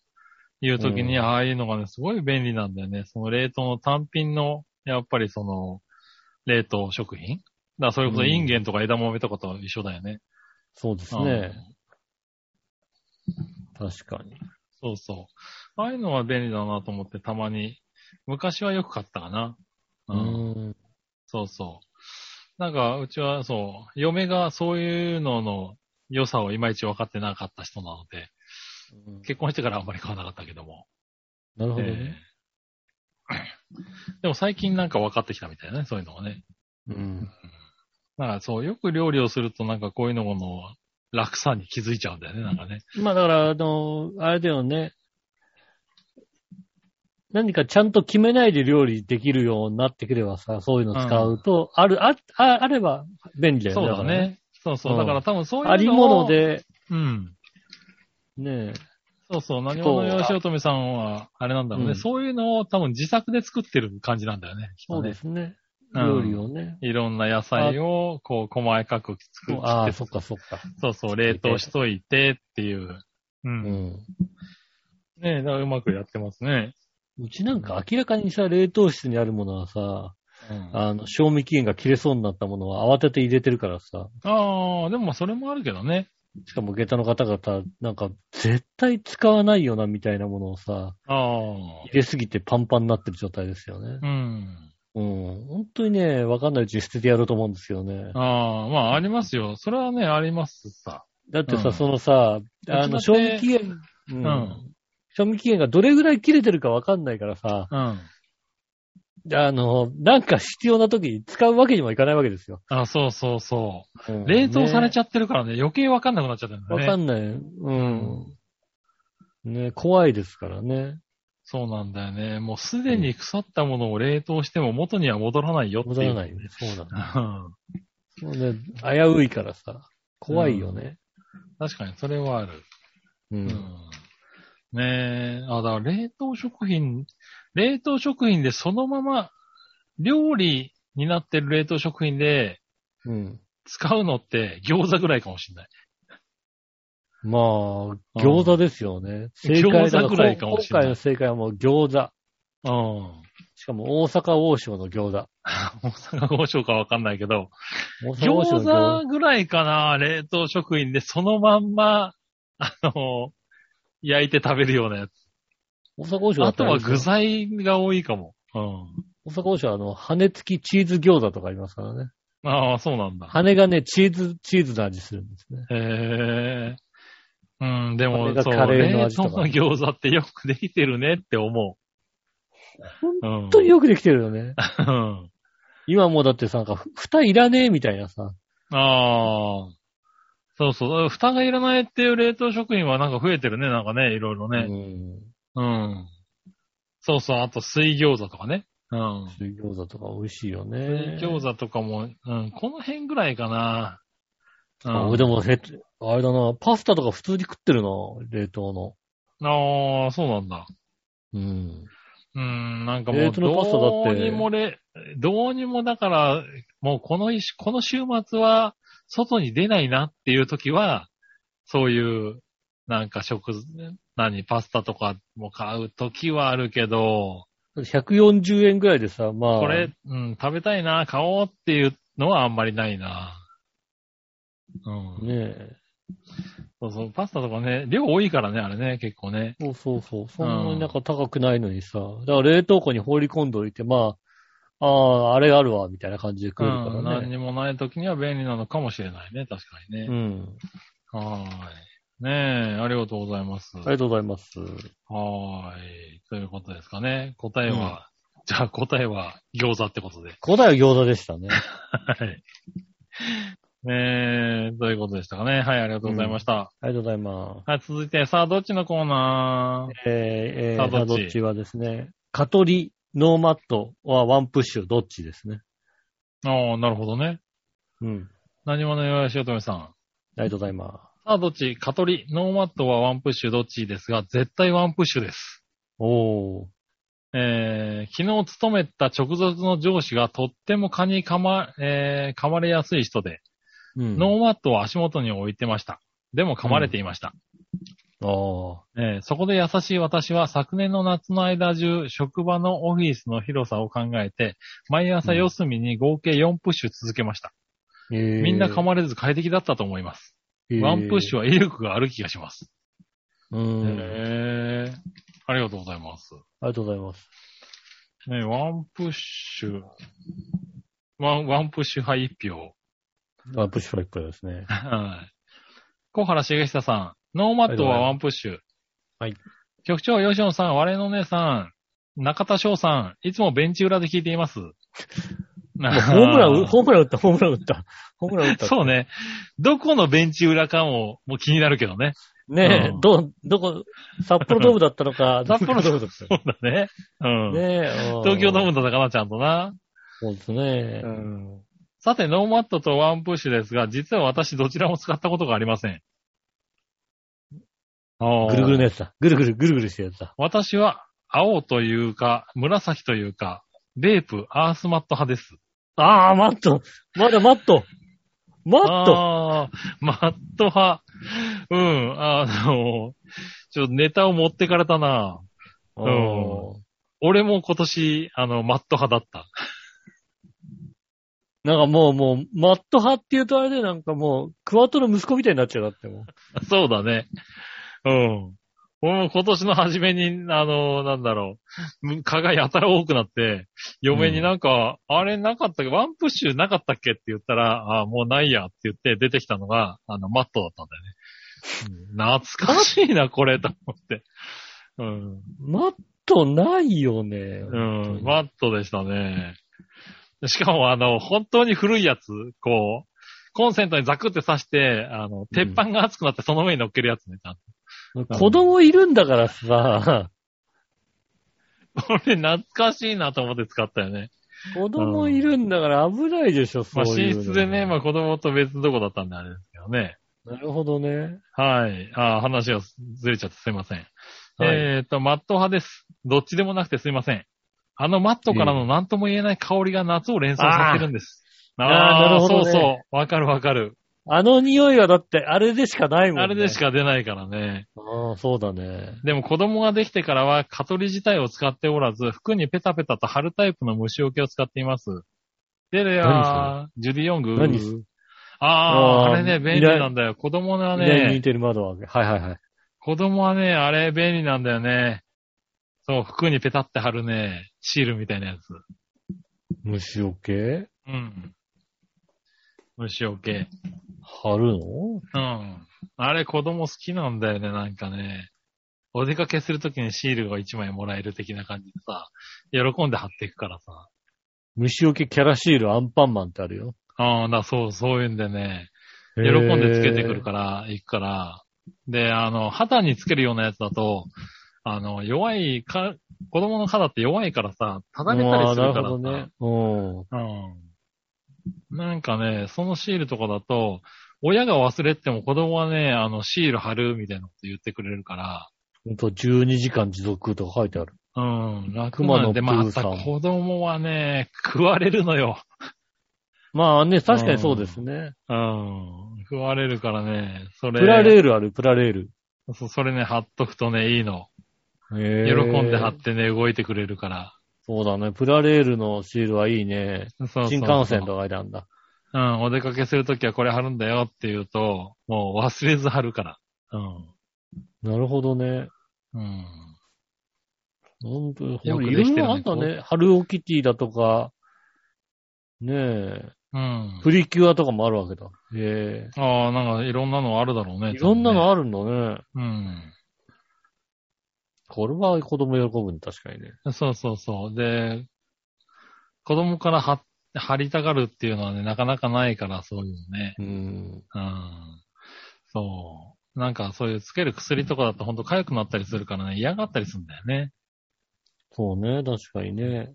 Speaker 3: いう時に、
Speaker 2: うん
Speaker 3: ああいうのがね、すごい便利なんだよね。その冷凍の単品の、やっぱりその、冷凍食品だからそれこそ
Speaker 2: うん
Speaker 3: インゲンとか枝豆とかと一緒だよね。
Speaker 2: そうですね。確かに。
Speaker 3: そうそう。ああいうのは便利だなと思ってたまに、昔はよく買ったかな。
Speaker 2: う。ん。
Speaker 3: そうそう。なんか、うちはそう、嫁がそういうのの良さをいまいち分かってなかった人なので、結婚してからあんまり買わなかったけども。
Speaker 2: なるほど
Speaker 3: え
Speaker 2: ね。
Speaker 3: えでも最近なんか分かってきたみたいだね、そういうのがね。
Speaker 2: うん。
Speaker 3: なんかそう、よく料理をするとなんかこういうのの楽さに気づいちゃうんだよね、なんかね。
Speaker 2: まあだから、あの、あれだよね。何かちゃんと決めないで料理できるようになってくればさ、そういうの使うと、ある、あ、ああれば便利だよ
Speaker 3: そ
Speaker 2: ね。
Speaker 3: うだ
Speaker 2: から。
Speaker 3: ね。そうそうう。
Speaker 2: ん
Speaker 3: だから多分そういうのを
Speaker 2: ありもの。で、
Speaker 3: うん。
Speaker 2: ねえ。
Speaker 3: そうそう。何者よしおとめさんは、あれなんだろうね、
Speaker 2: うん
Speaker 3: そういうのを多分自作で作ってる感じなんだよね。きっ
Speaker 2: そ
Speaker 3: と
Speaker 2: う
Speaker 3: ね
Speaker 2: ですね。
Speaker 3: うん
Speaker 2: 料理をね。
Speaker 3: いろんな野菜を、こう、細かく作って、
Speaker 2: ああ、そっかそっか。
Speaker 3: そうそう、冷凍しといてっていう。う。
Speaker 2: うんん。
Speaker 3: ねえ、だからうまくやってますね。
Speaker 2: うちなんか明らかにさ、冷凍室にあるものはさ、
Speaker 3: うん、あ
Speaker 2: あの、賞味期限が切れそうになったものは慌てて入れてるからさ、
Speaker 3: あー、でもまあそれもあるけどね。
Speaker 2: しかも下駄の方々、なんか絶対使わないよなみたいなものをさ、
Speaker 3: ああ。
Speaker 2: 入れすぎてパンパンになってる状態ですよね。
Speaker 3: うん。
Speaker 2: うん。本当にね、わかんないうちに捨ててやろうと思うんですよね。
Speaker 3: ああ、まあありますよ。それはね、ありますさ。
Speaker 2: だってさ、
Speaker 3: うん
Speaker 2: そのさ、あの、
Speaker 3: うちだ
Speaker 2: 賞
Speaker 3: って
Speaker 2: 味期限、う
Speaker 3: うん
Speaker 2: ん。賞味期限がどれぐらい切れてるかわかんないからさ、
Speaker 3: うん。
Speaker 2: あの、なんか必要な時に使うわけにもいかないわけですよ。
Speaker 3: あそうそうそうう。
Speaker 2: ん
Speaker 3: 冷凍され
Speaker 2: ね
Speaker 3: ちゃってるからね、余計わかんなくなっちゃってるんだ
Speaker 2: わ
Speaker 3: ね。
Speaker 2: かんない。うん。ね、怖いですからね。
Speaker 3: そうなんだよね。もうすでに腐ったものを冷凍しても元には戻らないよっていう。
Speaker 2: 戻らないよね。そうなんだ。
Speaker 3: うん。
Speaker 2: そうね、危ういからさ、怖いよね。
Speaker 3: 確かに、それはある。
Speaker 2: う。
Speaker 3: うんん。ねえ、あ、だから冷凍食品、冷凍食品でそのまま料理になってる冷凍食品で
Speaker 2: うん。
Speaker 3: 使うのって餃子ぐらいかもしれない。
Speaker 2: まあ、餃子ですよね。正解
Speaker 3: 餃子ぐらいかもしれない
Speaker 2: 今回の正解はもう餃子。
Speaker 3: うん。
Speaker 2: しかも大阪王将の餃子。
Speaker 3: 大阪王将かわかんないけど、
Speaker 2: 大阪王将の
Speaker 3: 餃子ぐらいかな、冷凍食品でそのまんま、あの、焼いて食べるようなやつ。
Speaker 2: 大阪王将だ
Speaker 3: あ
Speaker 2: った
Speaker 3: と
Speaker 2: ら
Speaker 3: は
Speaker 2: れですよ
Speaker 3: 具材が多いかも。うん。
Speaker 2: 大阪王将はあの、羽付きチーズ餃子とかありますからね。
Speaker 3: ああ、そうなんだ。
Speaker 2: 羽がね、チーズ、チーズの味するんですね。
Speaker 3: へえ。うん、で
Speaker 2: これ
Speaker 3: も、
Speaker 2: が
Speaker 3: そう、
Speaker 2: カレーの
Speaker 3: 冷
Speaker 2: 味と
Speaker 3: 凍
Speaker 2: か
Speaker 3: の餃子ってよくできてるねって思う。本
Speaker 2: 本当によくできてるよね。
Speaker 3: うん。
Speaker 2: 今もうだってさ、なんか、ふ蓋いらねえみたいなさ。
Speaker 3: ああ。そうそう。蓋がいらないっていう冷凍食品はなんか増えてるね、なんかね、いろいろ
Speaker 2: う
Speaker 3: ね。
Speaker 2: ん。
Speaker 3: うん。そうそう。あと、水餃子とかね。うん。
Speaker 2: 水餃子とか美味しいよね。
Speaker 3: 水餃子とかも、うん、この辺ぐらいかな。
Speaker 2: あ
Speaker 3: うん
Speaker 2: で。も、へあれだな、パスタとか普通に食ってるな、冷凍の。
Speaker 3: ああ、そうなんだ。
Speaker 2: うん。
Speaker 3: うーん、なんかも
Speaker 2: 冷
Speaker 3: う、
Speaker 2: 凍のパスタだって
Speaker 3: どうにもれ、どうにもだから、もうこのいし、この週末は、外に出ないなっていう時は、そういう、なんか食、何、パスタとかも買う時はあるけど、
Speaker 2: 140円ぐらいでさ、まあ、
Speaker 3: これ、うん、食べたいな、買おうっていうのはあんまりないな。うん。
Speaker 2: ねえ。
Speaker 3: そうそう、パスタとかね、量多いからね、あれね、結構ね。
Speaker 2: そうそうそう。そんなになんか高くないのにさ。だから冷凍庫に放り込んでおいて、まあ、ああ、あれあるわ、みたいな感じで食
Speaker 3: う
Speaker 2: えるか
Speaker 3: ん、
Speaker 2: ら
Speaker 3: 何
Speaker 2: ね。
Speaker 3: にもない時には便利なのかもしれないね、確かにね。
Speaker 2: うん。
Speaker 3: はーい。ねえ、ありがとうございます。
Speaker 2: ありがとうございます。
Speaker 3: はーい。ということですかね。答えは、 じゃあ答えは餃子ってことで。
Speaker 2: 答えは餃子でした ね。
Speaker 3: はい。ねえ、ということでしたかね。はい、ありがとうございました。
Speaker 2: ありがとうございます。
Speaker 3: はい、続いて、さあ、どっちのコーナ
Speaker 2: えー、えー、
Speaker 3: さあどっち
Speaker 2: さあどっちはですね、カトリ、ノーマットはワンプッシュ、どっちですね。
Speaker 3: ーああ、なるほどね。
Speaker 2: うん。
Speaker 3: 何者よしおとめさん。
Speaker 2: ありがとうございま
Speaker 3: さあ、どっちカトリ、ノーマットはワンプッシュどっちですが、絶対ワンプッシュです。
Speaker 2: す。おー。
Speaker 3: えー昨日勤めた直属の上司がとっても蚊に噛ま,、えー噛まれやすい人で、
Speaker 2: うん
Speaker 3: ノーマットを足元に置いてました。でも噛まれていました。
Speaker 2: ああ。
Speaker 3: えーそこで優しい私は昨年の夏の間中、職場のオフィスの広さを考えて、毎朝四隅に合計4プッシュ続けました。み
Speaker 2: み
Speaker 3: んな噛まれず快適だったと思います。
Speaker 2: れ
Speaker 3: ワンプッシュ
Speaker 2: は。
Speaker 3: は威力がある気がします。
Speaker 2: うん。
Speaker 3: へーありがとうございます。
Speaker 2: ありがとうございます。
Speaker 3: ね、ワンプッシュ。ワン、ワンプッシュ派一票。
Speaker 2: ワンプッシュはいっぱいです ね。
Speaker 3: はい。小原茂久さん、ノーマットはワンプッシュ。
Speaker 2: はい。
Speaker 3: 局長、吉野さん、我の姉さん、中田翔さん、いつもベンチ裏で聞いて います。ホー
Speaker 2: もうホームラン、ホームラン打った、ホームラン打った。ホームラン打った。
Speaker 3: そうね。どこのベンチ裏かも、もう気になるけどね。
Speaker 2: ねえ
Speaker 3: うん、
Speaker 2: ど、どこ、札幌ドームだったのか
Speaker 3: 、札幌ドーム
Speaker 2: だった
Speaker 3: そうだね。うん。
Speaker 2: ねえ、
Speaker 3: 東京ド
Speaker 2: ム。
Speaker 3: ームだったかな、ちゃんとな。
Speaker 2: そうですね。
Speaker 3: さて、ノーマットとワンプッシュですが、実は私どちらも使ったことがありません。ああ
Speaker 2: ぐるぐるのやつだ。ぐるぐる、ぐるぐるしてるやつだ。
Speaker 3: 私は、青というか、紫というか、レープ、アースマット派です。
Speaker 2: ああ、マット。まだマット。マット。
Speaker 3: あーマット派。うん、あの、ちょっとネタを持ってかれたな。ー
Speaker 2: うん
Speaker 3: 俺も今年、あの、マット派だった。
Speaker 2: なんかもう、もう、マット派っていうとあれでなんかもう、クワトの息子みたいになっちゃうだっても
Speaker 3: そうだね。うん。俺も今年の初めに、あの、なんだろう、蚊がやたら多くなって、嫁になんか、あれなかったっけ、ワンプッシュなかったっけって言ったら、あもうないやって言って出てきたのが、あの、マットだったんだよね。懐かしいな、これ、と思って。うん。
Speaker 2: う。マットないよね。
Speaker 3: うん、マットでしたね。しかも、あの、本当に古いやつ、こう、コンセントにザクって刺して、あの、鉄板が熱くなってその上に乗っけるやつね。ちゃんと
Speaker 2: 子供いるんだからさ、
Speaker 3: 俺、懐かしいなと思って使ったよね。
Speaker 2: 子供いるんだから危ないでしょ、そ
Speaker 3: まあ、
Speaker 2: うい
Speaker 3: 寝
Speaker 2: うの。
Speaker 3: 室でね、まあ、子供と別のとこだったんであれですけどね。
Speaker 2: なるほどね。
Speaker 3: はい。あー話がずれちゃってすいません。
Speaker 2: はい
Speaker 3: えっと、マット派です。どっちでもなくてすいません。あのマットからの何とも言えない香りが夏を連想させてるんです。
Speaker 2: あー
Speaker 3: ー
Speaker 2: なるほどね
Speaker 3: そうそう。わかるわかる。
Speaker 2: あの匂いはだって、あれでしかないもんね。
Speaker 3: あれでし。か出ないからね。
Speaker 2: ああ、そうだね。
Speaker 3: でも子供ができてからは、蚊取り自体を使っておらず、服にペタペタと貼るタイプの虫除けを使っています。で、では、ジュディ・ヨング。
Speaker 2: 何する
Speaker 3: ああ
Speaker 2: あー
Speaker 3: あれね、便利なんだよ。子供は
Speaker 2: 左に似
Speaker 3: ね、
Speaker 2: てる窓は。はいはいはい。
Speaker 3: 子供はね、あれ便利なんだよね。そう、服にペタって貼るね、シールみたいなやつ。
Speaker 2: 虫除け
Speaker 3: うん。虫除け。
Speaker 2: 貼るの
Speaker 3: うん。あれ子供好きなんだよね、なんかね。お出かけするときにシールが1枚もらえる的な感じでさ、喜んで貼っていくからさ。
Speaker 2: 虫除けキャラシールアンパンマンってあるよ。
Speaker 3: ああ、だ、そう、そういうんでね、喜んでつけてくるから、行くから。で、あの、肌につけるようなやつだと、あの、弱いか、子供の肌って弱いからさ、ただ
Speaker 2: ら
Speaker 3: れたりする
Speaker 2: な
Speaker 3: か
Speaker 2: る
Speaker 3: ら
Speaker 2: ほど
Speaker 3: さ、
Speaker 2: ね。うん。
Speaker 3: うん。なんかね、そのシールとかだと、親が忘れても子供はね、あの、シール貼るみたいなこと言ってくれるから、
Speaker 2: ほんと、12時間持続とか書いてある。
Speaker 3: うん、楽なんで、
Speaker 2: 熊野
Speaker 3: ま
Speaker 2: プーさ
Speaker 3: た
Speaker 2: ん
Speaker 3: 子供はね、食われるのよ。
Speaker 2: まあね、確かにそうですね。
Speaker 3: うん、食われるからね、それ。
Speaker 2: プラレールある、プラレール。
Speaker 3: そう、それね、貼っとくとね、いいの。喜
Speaker 2: 喜
Speaker 3: んで貼ってね、動いてくれるから。
Speaker 2: そうだね。プラレールのシールはいいね。
Speaker 3: そうそうそう
Speaker 2: 新幹線とかいてあるんだ。
Speaker 3: うん、お出かけするときはこれ貼るんだよって言うと、もう忘れず貼るから。うん。
Speaker 2: なるほどね。
Speaker 3: うん。
Speaker 2: ほんと、
Speaker 3: よ
Speaker 2: ほ
Speaker 3: く
Speaker 2: ん
Speaker 3: で
Speaker 2: と
Speaker 3: き
Speaker 2: い
Speaker 3: てる
Speaker 2: ろ
Speaker 3: ね
Speaker 2: いろあったね。ハルオキティだとか、ねえ、
Speaker 3: うん。
Speaker 2: プリキュアとかもあるわけだ。へ
Speaker 3: ああ、なんかいろんなのあるだろう
Speaker 2: え。
Speaker 3: ね。
Speaker 2: いろんなの
Speaker 3: あ
Speaker 2: あるんだね。
Speaker 3: うん。
Speaker 2: これは子供喜ぶね、確かにね。
Speaker 3: そうそうそう。で、子供から貼っ貼りたがるっていうのはね、なかなかないから、そういうのね。
Speaker 2: うん。
Speaker 3: うん。そう。なんかそういうつける薬とかだとほんと痒くなったりするからね、嫌がったりするんだよね。
Speaker 2: そうね、確かにね。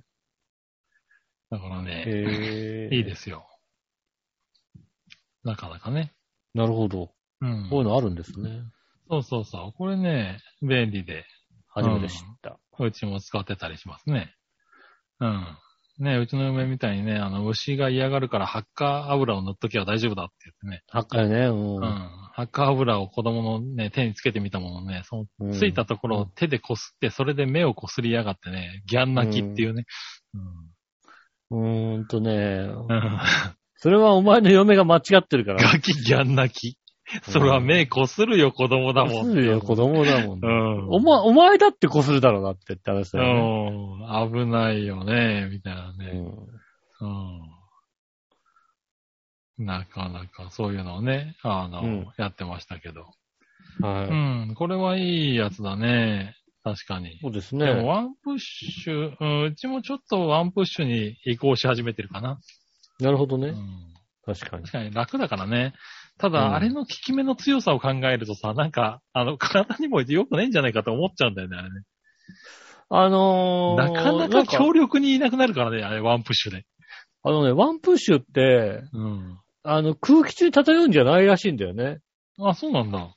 Speaker 3: だからね。
Speaker 2: へえ。。
Speaker 3: いいですすよ。なかなかね。
Speaker 2: なるほど。
Speaker 3: うん。
Speaker 2: こういうのあるんですね。
Speaker 3: そうそうそう。これね、便利で、
Speaker 2: 初めて知った。
Speaker 3: うちも使ってたりしますね。うん。ね、うちの嫁みたいにね、あの、牛が嫌がるから、ハッカ油を塗っときゃ大丈夫だって言ってね。
Speaker 2: 8回ね、うん。
Speaker 3: うん。赤油を子供のね、手につけてみたものね、その
Speaker 2: うん
Speaker 3: ついたところを手でこすって、それで目をこすりやがってね、ギャン泣きっていうね。
Speaker 2: うーんとね、
Speaker 3: うん
Speaker 2: それはお前の嫁が間違ってるから。
Speaker 3: ガキギャン泣き。それは目こするよ、子供だもん。
Speaker 2: こするよ、子供だもん、
Speaker 3: うん
Speaker 2: お前、お前だってこするだろうなってって話だよね。
Speaker 3: うん。危ないよね、みたいなね。うん。なかなかそういうのをね、あの、
Speaker 2: うん
Speaker 3: やってましたけど。
Speaker 2: うんは
Speaker 3: う
Speaker 2: い
Speaker 3: ん、これはいいやつだね。確かに。
Speaker 2: そうです
Speaker 3: でも
Speaker 2: ね。
Speaker 3: ワンプッシュ、うん、うちもちょっとワンプッシュに移行し始めてるかな。
Speaker 2: なるほど
Speaker 3: う
Speaker 2: ね。
Speaker 3: ん、
Speaker 2: 確かに
Speaker 3: 確。かに楽だからね。た
Speaker 2: うん
Speaker 3: だ、あれの効き目の強さを考えるとさ、なんか、あの、体にも良くないんじゃないかと思っちゃうんだよね、あれね。
Speaker 2: あのー、
Speaker 3: なかなか強力にいなくなるからね、あれ、ワンプッシュで。
Speaker 2: あのね、ワンプッシュって、
Speaker 3: うん。
Speaker 2: あの、空気中に漂うんじゃないらしいんだよね。
Speaker 3: あ、そうなんだ。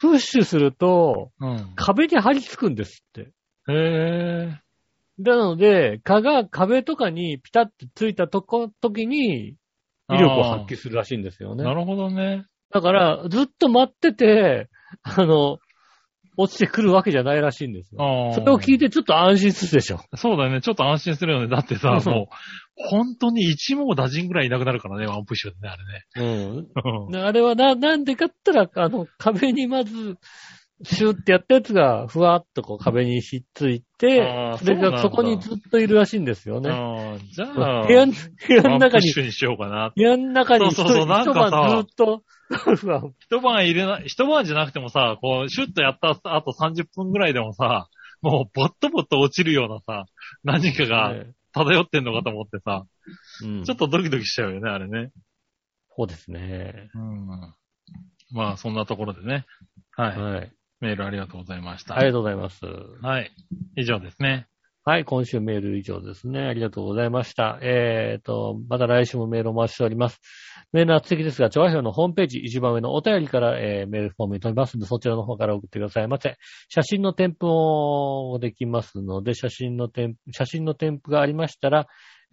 Speaker 2: プッシュすると、
Speaker 3: うん。
Speaker 2: 壁に張り付くんですって。
Speaker 3: へ
Speaker 2: なので、蚊が壁とかにピタッとついたとこ、時に、威力を発揮するらしいんですよ
Speaker 3: え。
Speaker 2: ね
Speaker 3: な。るほどね。
Speaker 2: だから、ずっと待ってて、あの、落ちてくるわけじゃないらしいんですよ。
Speaker 3: ああ。
Speaker 2: それを聞いてちょっと安心するでしょ。
Speaker 3: そうだよね。ちょっと安心するよね。だってさ、
Speaker 2: そう
Speaker 3: もう、本当に一網打尽ぐらいいなくなるからね、ワンプッシュってね、あれ
Speaker 2: う
Speaker 3: ね。
Speaker 2: ん。
Speaker 3: うん
Speaker 2: であれはな、なんでかって言ったら、あの、壁にまず、シューってやったやつが、ふわっとこう壁にひっつい
Speaker 3: あ
Speaker 2: て
Speaker 3: ー、
Speaker 2: それ
Speaker 3: そうなん
Speaker 2: が
Speaker 3: だ
Speaker 2: そこにずっといるらしいんですよね。
Speaker 3: あーじゃ
Speaker 2: 部
Speaker 3: あ、
Speaker 2: 屋の、部屋の
Speaker 3: ワンプ
Speaker 2: 中
Speaker 3: ッ
Speaker 2: に、
Speaker 3: シュにしようかな。
Speaker 2: 部屋の中に一
Speaker 3: そうそうそう
Speaker 2: 人
Speaker 3: なん
Speaker 2: 一
Speaker 3: かさ
Speaker 2: 晩ずっ と、ふわ
Speaker 3: 一晩入れな、一晩じゃなくてもさ、こう、シュッとやった後30分ぐらいでもさ、もう、ぼっとぼっと落ちるようなさ、何かが
Speaker 2: ね
Speaker 3: 漂ってんのかと思ってさ、
Speaker 2: うん
Speaker 3: ちょっとドキドキしちゃうよね、あれね。
Speaker 2: そうですね。
Speaker 3: うん。まあ、そんなところでね。はい。
Speaker 2: はい。
Speaker 3: メールありがとうございました。
Speaker 2: ありがとうございます。
Speaker 3: はい。以上ですね。
Speaker 2: はい、今週メール以上ですね。ありがとうございました。えーと、また来週もメールをお待ちしております。メールは素敵ですが、調和表のホームページ、一番上のお便りから、えーメールフォームに飛びますので、そちらの方から送ってくださいませ。写真の添付もできますので、写真の添付、写真の添付がありましたら、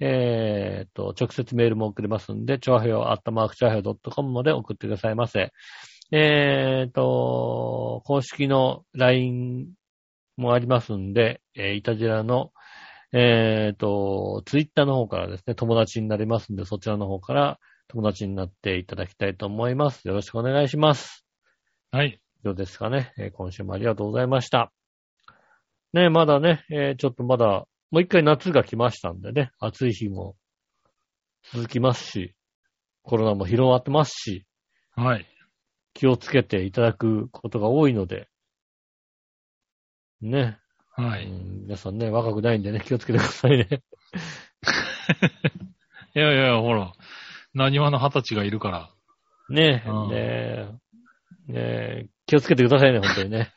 Speaker 2: えーと、直接メールも送れますので、調和表、アットマーク調和表 .com まで送ってくださいませ。えーと、公式の LINE もありますんで、えーイタジラの、えーと、ツイッターの方からですね、友達になりますんで、そちらの方から友達になっていただきたいと思います。よろしくお願いします。
Speaker 3: はい。
Speaker 2: 以上ですかね。えー今週もありがとうございました。ねえまだね、えーちょっとまだ、もう一回夏が来ましたんでね、暑い日も続きますし、コロナも広がってますし、
Speaker 3: はい。
Speaker 2: 気をつけていただくことが多いので、ね、
Speaker 3: はい。
Speaker 2: う
Speaker 3: い
Speaker 2: ん皆さんね、若くないんでね、気をつけてくださいね。
Speaker 3: やいやいや、ほら。何話の二十歳がいるから。
Speaker 2: ねえ、
Speaker 3: うん
Speaker 2: ねえ、ねえ、気をつけてくださいね、本当に ね。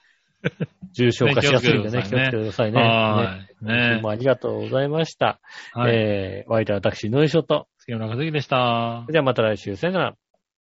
Speaker 2: 重症化しやすいんでね、
Speaker 3: ね
Speaker 2: 気
Speaker 3: 気
Speaker 2: を
Speaker 3: を
Speaker 2: つけて
Speaker 3: つけて
Speaker 2: くださいね。ね
Speaker 3: はーい。
Speaker 2: 今週
Speaker 3: ね
Speaker 2: もありがとうございました。
Speaker 3: はい。
Speaker 2: えー、お相手は私、ノイショと。
Speaker 3: 杉村和樹でした
Speaker 2: そ。れではまた来週、さよなら。